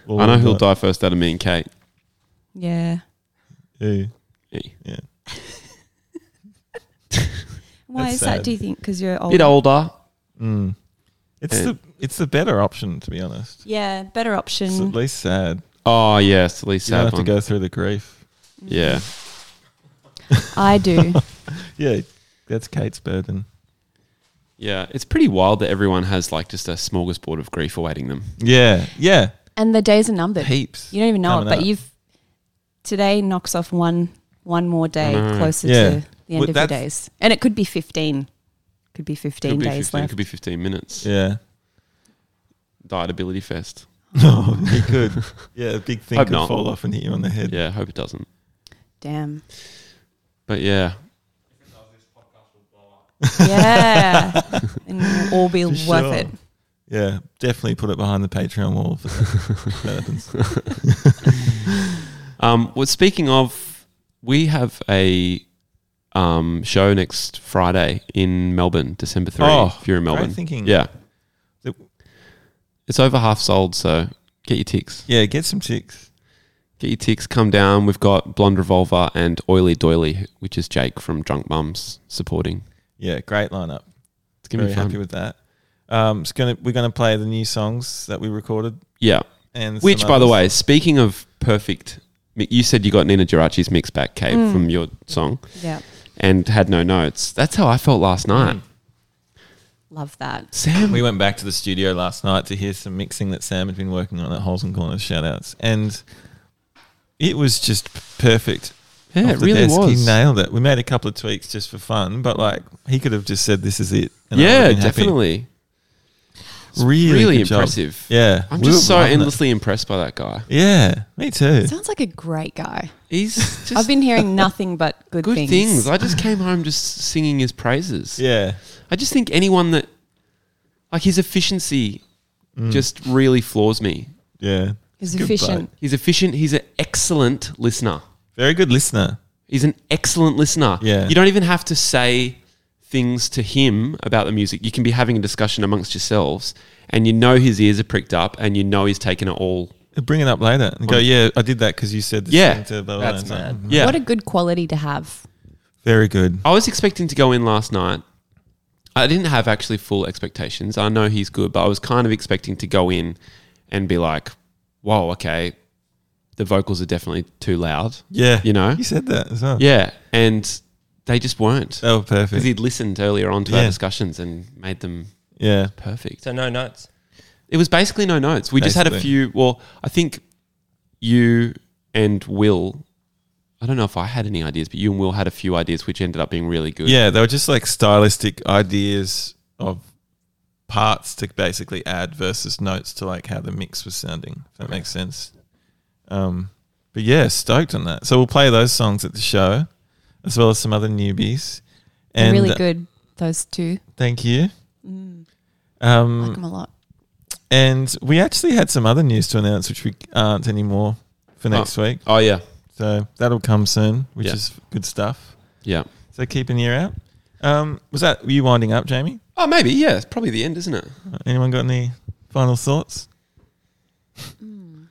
Speaker 3: All
Speaker 1: I know
Speaker 3: we've
Speaker 1: who'll die
Speaker 3: got-
Speaker 1: first out of me and Kate.
Speaker 4: yeah.
Speaker 3: Yeah.
Speaker 1: Yeah.
Speaker 4: Why
Speaker 3: That's
Speaker 4: is
Speaker 3: sad.
Speaker 4: that? Do you think because you're old?
Speaker 1: Bit older.
Speaker 3: Mm. It's
Speaker 1: Yeah.
Speaker 3: the it's the better option to be honest.
Speaker 4: Yeah, better
Speaker 3: It's at
Speaker 4: option.
Speaker 3: least sad.
Speaker 1: Oh yeah, it's the least
Speaker 3: You don't
Speaker 1: sad
Speaker 3: have
Speaker 1: one.
Speaker 3: to go through the grief.
Speaker 1: Yeah.
Speaker 4: I do.
Speaker 3: Yeah, that's Kate's burden.
Speaker 1: Yeah. It's pretty wild that everyone has like just a smorgasbord of grief awaiting them.
Speaker 3: Yeah, yeah,
Speaker 4: and the days are numbered.
Speaker 3: heaps.
Speaker 4: You don't even know it,
Speaker 3: coming
Speaker 4: but
Speaker 3: up.
Speaker 4: you've today knocks off one one more day
Speaker 1: know.
Speaker 4: closer
Speaker 3: Mm-hmm. Yeah.
Speaker 4: to the end
Speaker 3: Well,
Speaker 4: of your
Speaker 3: that's-
Speaker 4: days, and it could be fifteen, could be fifteen
Speaker 1: Could be
Speaker 4: days
Speaker 1: 15,
Speaker 4: left.
Speaker 1: could be 15 minutes.
Speaker 3: Yeah.
Speaker 1: Diet ability fest.
Speaker 3: No, you could. Yeah, a big thing
Speaker 1: Hope
Speaker 3: could
Speaker 1: not.
Speaker 3: fall off and hit you on the head.
Speaker 1: Yeah, hope it doesn't.
Speaker 4: Damn.
Speaker 1: But yeah,
Speaker 4: Yeah, and it'll all be
Speaker 3: For
Speaker 4: worth
Speaker 3: sure.
Speaker 4: it.
Speaker 3: Yeah, definitely put it behind the Patreon wall if that that happens.
Speaker 1: Um, well, speaking of, we have a um, show next Friday in Melbourne, December 3,
Speaker 3: Oh,
Speaker 1: if you're in
Speaker 3: great
Speaker 1: Melbourne.
Speaker 3: thinking.
Speaker 1: Yeah.
Speaker 3: That-
Speaker 1: It's over half sold, so get your ticks.
Speaker 3: Yeah, get some chicks.
Speaker 1: Get your ticks, come down. We've got Blonde Revolver and Oily Doily, which is Jake from Drunk Mums supporting.
Speaker 3: Yeah, great lineup.
Speaker 1: It's going to
Speaker 3: Very
Speaker 1: be fun.
Speaker 3: happy with that. Um, it's gonna we're gonna play the new songs that we recorded
Speaker 1: yeah.
Speaker 3: and some
Speaker 1: Which, by the
Speaker 3: others.
Speaker 1: way, speaking of perfect, mi- you said you got Nina Geraci's mix back, Kate,
Speaker 4: Mm.
Speaker 1: from your song
Speaker 4: Yeah,
Speaker 1: and had no notes. That's how I felt last night.
Speaker 4: love that.
Speaker 1: Sam,
Speaker 3: Mm. We went back to the studio last night to hear some mixing that Sam had been working on at Holes and Corners shout outs. And it was just perfect.
Speaker 1: yeah,
Speaker 3: Off
Speaker 1: it
Speaker 3: the
Speaker 1: really
Speaker 3: desk, He
Speaker 1: was.
Speaker 3: nailed it. We made a couple of tweaks just for fun, but like he could have just said, This is it. and I would've
Speaker 1: yeah,
Speaker 3: been happy.
Speaker 1: definitely.
Speaker 3: Really,
Speaker 1: really
Speaker 3: good job.
Speaker 1: impressive.
Speaker 3: Yeah.
Speaker 1: I'm
Speaker 3: we were
Speaker 1: just so
Speaker 3: loving it.
Speaker 1: endlessly impressed by that guy.
Speaker 3: Yeah, me too.
Speaker 4: Sounds like a great guy.
Speaker 1: He's just
Speaker 4: I've been hearing nothing but good,
Speaker 1: good
Speaker 4: things.
Speaker 1: things. I just came home just singing his praises.
Speaker 3: Yeah.
Speaker 1: I just think anyone that, like, his efficiency just really floors me.
Speaker 3: Yeah.
Speaker 4: He's
Speaker 3: Good
Speaker 4: efficient.
Speaker 3: bloke.
Speaker 1: He's efficient. He's an excellent listener.
Speaker 3: Very good listener.
Speaker 1: He's an excellent listener.
Speaker 3: Yeah.
Speaker 1: You don't even have to say things to him about the music. You can be having a discussion amongst yourselves, and you know his ears are pricked up, and you know he's taken it all.
Speaker 3: He'll Bring it up later and go, Yeah, I did that because you said this
Speaker 1: Yeah.
Speaker 3: thing to blah, blah,
Speaker 5: That's
Speaker 3: blah.
Speaker 5: mad.
Speaker 1: Yeah.
Speaker 4: What a good quality to have.
Speaker 3: Very good.
Speaker 1: I was expecting to go in last night. I didn't have actually full expectations. I know he's good, but I was kind of expecting to go in and be like, "Whoa, okay, the vocals are definitely too loud.
Speaker 3: Yeah.
Speaker 1: You know?
Speaker 3: You said that as well.
Speaker 1: Yeah, and they just weren't
Speaker 3: They were
Speaker 1: because
Speaker 3: perfect.
Speaker 1: he'd listened earlier on to our
Speaker 3: Yeah.
Speaker 1: discussions and made them
Speaker 3: yeah.
Speaker 1: perfect.
Speaker 5: So no notes.
Speaker 1: It was basically no notes. We just had a
Speaker 3: Basically.
Speaker 1: few. Well, I think you and Will. I don't know if I had any ideas, but you and Will had a few ideas which ended up being really good.
Speaker 3: Yeah. They were just like stylistic ideas of parts to basically add versus notes to like how the mix was sounding, if that makes sense. Um, but yeah, stoked on that. So we'll play those songs at the show as well as some other newbies.
Speaker 4: They're
Speaker 3: And
Speaker 4: really good, those two.
Speaker 3: thank you.
Speaker 4: Mm,
Speaker 3: Um,
Speaker 4: like them a lot.
Speaker 3: And we actually had some other news to announce, which we aren't anymore for next week.
Speaker 1: Oh yeah.
Speaker 3: So that'll come soon, which
Speaker 1: Yeah.
Speaker 3: is good stuff.
Speaker 1: Yeah.
Speaker 3: So keep an ear out. Um, was that were you winding up, Jamie?
Speaker 1: Oh, maybe. Yeah. It's probably the end, isn't it?
Speaker 3: Anyone got any final thoughts?
Speaker 1: Hmm.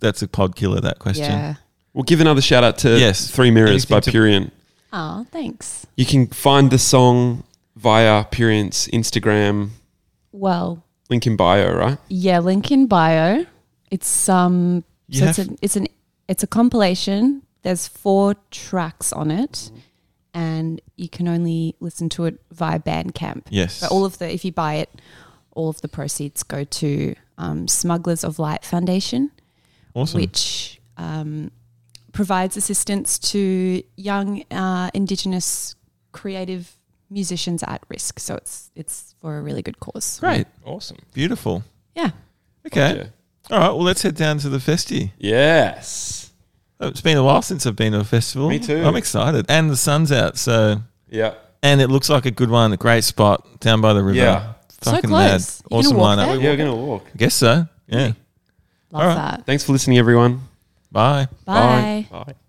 Speaker 3: That's a pod killer. That question.
Speaker 4: Yeah.
Speaker 1: We'll give another shout out to
Speaker 3: Yes.
Speaker 1: Three Mirrors by
Speaker 3: Anything to-
Speaker 1: Purian.
Speaker 4: Oh, thanks.
Speaker 1: You can find the song via Purian's Instagram
Speaker 4: Well,
Speaker 1: link in bio, right?
Speaker 4: yeah, link in bio. It's um,
Speaker 3: You
Speaker 4: so it's,
Speaker 3: have-
Speaker 4: an it's an it's a compilation. There's four tracks on it,
Speaker 3: Mm-hmm.
Speaker 4: and you can only listen to it via Bandcamp.
Speaker 3: Yes.
Speaker 4: But all of the, if you buy it, all of the proceeds go to um, Smugglers of Light Foundation,
Speaker 3: awesome.
Speaker 4: which um, provides assistance to young uh, Indigenous creative musicians at risk. So it's it's for a really good cause.
Speaker 3: Great.
Speaker 5: Awesome.
Speaker 3: Beautiful.
Speaker 4: Yeah.
Speaker 3: Okay.
Speaker 1: Yeah.
Speaker 3: All right. Well, let's head down to the festi.
Speaker 1: Yes.
Speaker 3: Oh, It's been a while since I've been to a festival.
Speaker 1: Me too.
Speaker 3: I'm excited, and the sun's out, so
Speaker 1: Yeah.
Speaker 3: and it looks like a good one. A great spot down by the river.
Speaker 1: Yeah.
Speaker 4: So
Speaker 3: Fucking
Speaker 4: close.
Speaker 3: mad.
Speaker 4: You're gonna
Speaker 3: Awesome
Speaker 4: walk
Speaker 3: lineup.
Speaker 4: there?
Speaker 1: Yeah, we're going to walk.
Speaker 3: I guess so. Yeah.
Speaker 4: Love
Speaker 3: All right.
Speaker 4: that.
Speaker 1: Thanks for listening, everyone.
Speaker 3: Bye.
Speaker 4: Bye.
Speaker 1: Bye.